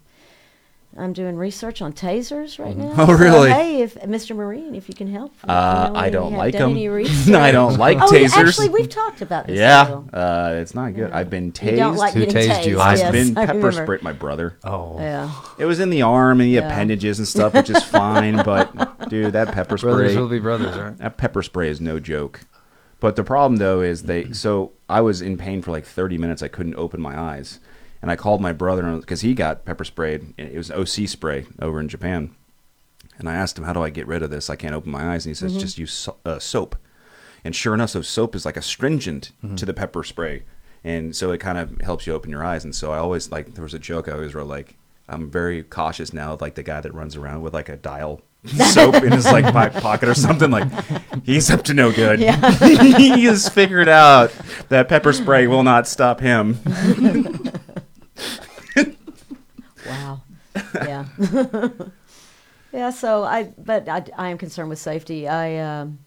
S3: I'm doing research on tasers right now.
S1: <laughs> Oh,
S3: So,
S1: really?
S3: hey, if Mr. Marine, if you can help. if you
S1: Uh,
S3: know
S1: I
S3: any-
S1: don't
S3: have
S1: like
S3: done
S1: them. <laughs>
S3: any
S1: I
S3: research.
S1: don't like
S3: Oh, yeah,
S1: tasers.
S3: actually, we've talked about this.
S1: yeah,
S3: though.
S1: uh, it's not good. I've been tased.
S3: You don't like
S4: Who
S3: getting
S4: tased you?
S1: I've
S4: I've
S3: yes,
S1: been
S3: <laughs> I
S1: pepper
S3: remember.
S1: sprayed my
S3: <laughs>
S1: brother.
S4: Oh,
S3: Yeah.
S1: It was in the arm and the
S3: Yeah.
S1: appendages and stuff, which
S3: <laughs>
S1: is fine. But dude, that pepper
S4: brothers
S1: spray,
S4: will be
S3: <laughs>
S4: brothers, right?
S1: that pepper spray is no joke. But the problem though is
S4: Mm-hmm.
S1: they. So I was in pain for like 30 minutes. I couldn't open my eyes, and I called my brother because he got pepper sprayed. and It was OC spray over in Japan, and I asked him, "How do I get rid of this? I can't open my eyes." And he
S3: Mm-hmm.
S1: says, "Just use so- uh, soap." And sure enough, so soap is like astringent
S3: Mm-hmm.
S1: to the pepper spray, and so it kind of helps you open your eyes. And so I always like there was a joke I always wrote like I'm very cautious now, of, like the guy that runs around with like a dial
S3: <laughs>
S1: soap in his like po- pocket or something. Like he's up to no good. <laughs> he has figured out that pepper spray will not stop him.
S4: <laughs>
S3: Wow. Yeah. <laughs> yeah. So I, but I, I am concerned with safety. I, um,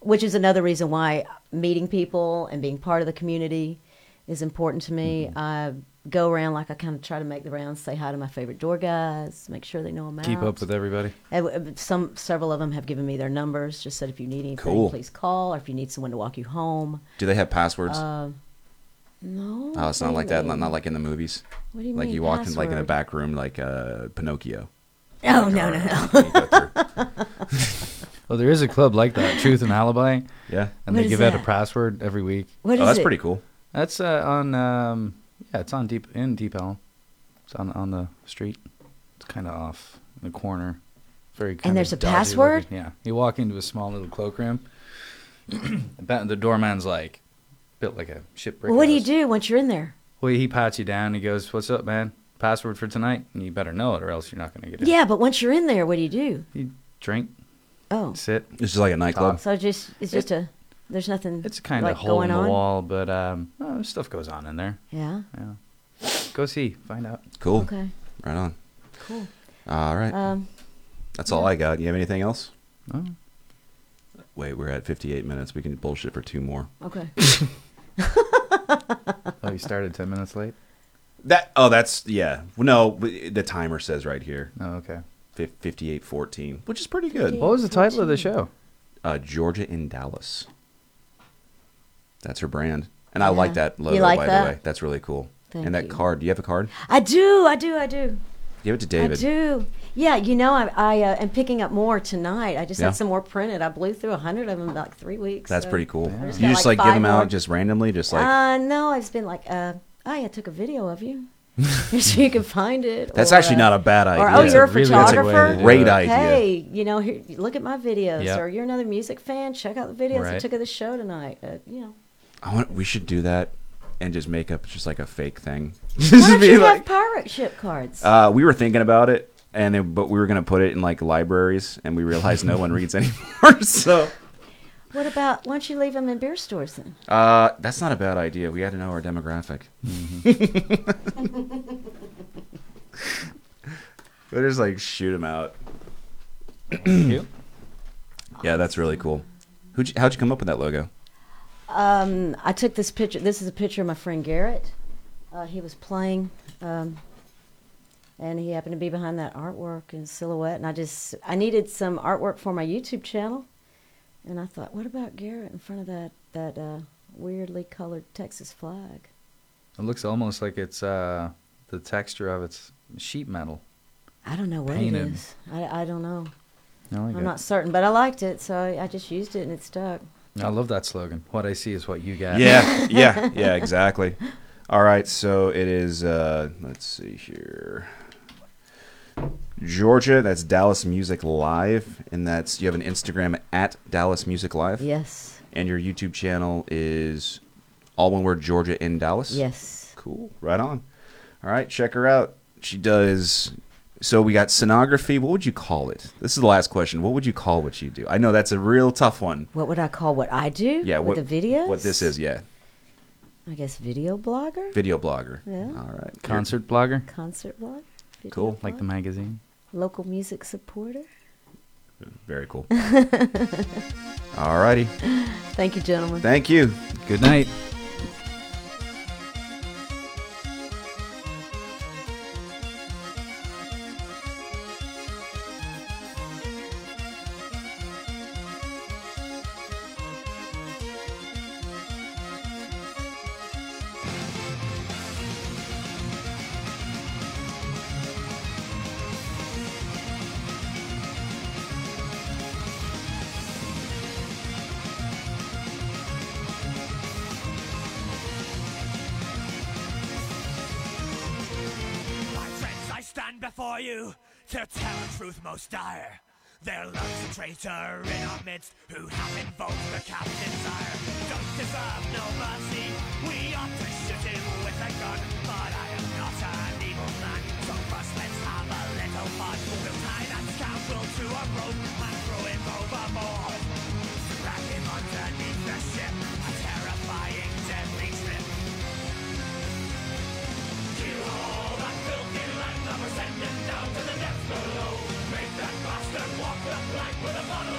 S3: which is another reason why meeting people and being part of the community is important to me.
S4: Mm-hmm.
S3: I go around like I kind of try to make the rounds, say hi to my favorite door guys, make sure they know I'm
S4: Keep
S3: out.
S4: up with everybody.
S3: And, uh, Some several of them have given me their numbers. Just said if you need anything,
S1: Cool.
S3: please call, or if you need someone to walk you home.
S1: Do they have passwords?
S3: Uh, No.
S1: oh, it's not like that. Not,
S3: really.
S1: not like in the movies.
S3: What do you
S1: like
S3: mean,
S1: you walk in like in a
S3: password?
S1: back room like uh, Pinocchio.
S3: Oh no no no.
S1: no.
S3: <laughs>
S4: Well, there is a club like that, Truth and Alibi,
S1: yeah.
S4: and
S3: What
S4: they
S3: is
S4: give out a
S3: that?
S4: password every week.
S3: What is
S1: Oh, that's
S3: it?
S1: pretty cool.
S4: That's uh, on. Um, yeah, it's on deep in Deep Elm. It's on on the street. It's kind of off in the corner. Very kind
S3: there's a
S4: of dodgy
S3: password?
S4: looking- Yeah, you walk into a small little cloakroom. <clears throat> About- the doorman's like built like a shipwreck.
S3: Well, what do you
S4: house.
S3: do once you're in there?
S4: Well, he pats you down. He goes, "What's up, man? Password for tonight, and you better know it, or else you're not gonna get in."
S3: Yeah, but once you're in there, what do you do?
S4: You drink,
S3: Oh,
S4: sit.
S1: It's just like a nightclub.
S3: so just it's just a there's nothing.
S4: It's kind of
S3: like,
S4: a hole
S3: going
S4: in the
S3: on?
S4: wall, but um, oh, stuff goes on in there.
S3: Yeah.
S4: Yeah, go see, find out.
S1: Cool.
S3: Okay.
S1: Right on.
S3: Cool.
S1: All right.
S3: Um,
S1: That's all I got. You have anything else?
S4: Oh.
S1: Wait, we're at 58 minutes. We can bullshit for two more.
S3: okay.
S4: Oh, you started ten minutes late.
S1: That oh, that's yeah. No, w- the timer says right here
S4: Oh, okay.
S1: fif- 58:14, which is pretty good.
S4: What was the title of the show?
S1: Uh, Georgia in Dallas. That's her brand, and I like
S3: Yeah.
S1: that logo.
S3: You like
S1: by
S3: that?
S1: the way, that's really cool.
S3: Thank
S1: and that
S3: you.
S1: card. Do you have a card?
S3: I do. I do. I do.
S1: Give it to David.
S3: I do. Yeah, you know, I, I uh, am picking up more tonight. I just
S1: Yeah.
S3: had some more printed. I blew through a hundred of them in like three weeks.
S1: That's
S3: so-
S1: pretty cool.
S4: Yeah.
S3: just
S1: You
S3: got,
S1: just like,
S3: like,
S1: give
S3: five
S1: them
S3: more.
S1: out just randomly, just like
S3: uh, no, I've been like, uh, oh, yeah, I took a video
S1: <laughs>
S3: of you, <laughs> so you can find it.
S1: that's
S3: or,
S1: actually
S3: uh,
S1: not a bad idea.
S3: Or oh,
S4: That's
S3: you're a,
S4: a really good way to
S3: photographer.
S4: do
S1: Great
S4: it.
S1: idea.
S3: Hey, you know, here, look at my videos.
S4: Yeah.
S3: Or you're another music fan. Check out the videos I
S4: Right.
S3: took of the show tonight. Uh, you know,
S1: I want. We should do that, and just make up just like a fake thing.
S3: why
S1: Just
S3: don't
S1: be
S3: you
S1: like-
S3: have pirate ship cards?
S1: Uh, we were thinking about it, and then, but we were gonna put it in like libraries, and we realized no one
S3: <laughs>
S1: reads anymore. <laughs> So
S3: what about why don't you leave them in beer stores then?
S1: uh, that's not a bad idea. We had to know our demographic. <laughs> We'll just like shoot them out.
S4: you.
S1: <clears throat> Yeah, that's really cool. Who'd you, how'd you come up with that logo?
S3: Um, I took this picture. This is a picture of my friend Garrett. Uh, he was playing, um, and he happened to be behind that artwork and silhouette. And I just I needed some artwork for my YouTube channel, and I thought, what about Garrett in front of that that uh, weirdly colored Texas flag?
S4: It looks almost like it's uh, the texture of it's sheet metal.
S3: I don't know what
S4: Painted.
S3: it is. I, I don't know.
S4: Oh, I like
S3: I'm
S4: it.
S3: not certain, but I liked it, so I I just used it and it stuck.
S4: I love that slogan. What I see is what you get.
S1: Yeah, <laughs> yeah, yeah, exactly. All right, so it is. Uh, let's see here, Georgia. That's Dallas Music Live, and that's you have an Instagram at Dallas Music Live,
S3: Yes,
S1: and your YouTube channel is all one word, Georgia in Dallas.
S3: yes.
S1: Cool. Right on. All right, check her out. She does. So we got sonography. What would you call it? This is the last question. What would you call what you do? I know that's a real tough one.
S3: What would I call what I do?
S1: Yeah.
S3: with
S1: what
S3: the videos.
S1: What this is? Yeah.
S3: I guess video blogger,
S1: Video blogger.
S3: Yeah.
S1: All right.
S4: Concert blogger,
S3: concert blogger. video
S1: Cool.
S4: like the
S3: blogger,
S4: magazine.
S3: local music supporter.
S1: Very cool. <laughs> All righty.
S3: Thank you, gentlemen.
S1: Thank you.
S4: Good night.
S2: My friends, I stand before you to tell the truth most dire. There lurks a traitor in our midst who hath invoked the captain's ire. Don't deserve no mercy. We ought to shoot him with a gun, but I am not an evil man. So first, let's have a little fun. We'll tie that scoundrel to a rope and throw him overboard. Drag him underneath the ship, a terrifying, deadly trip. Make that bastard walk the plank with a bottle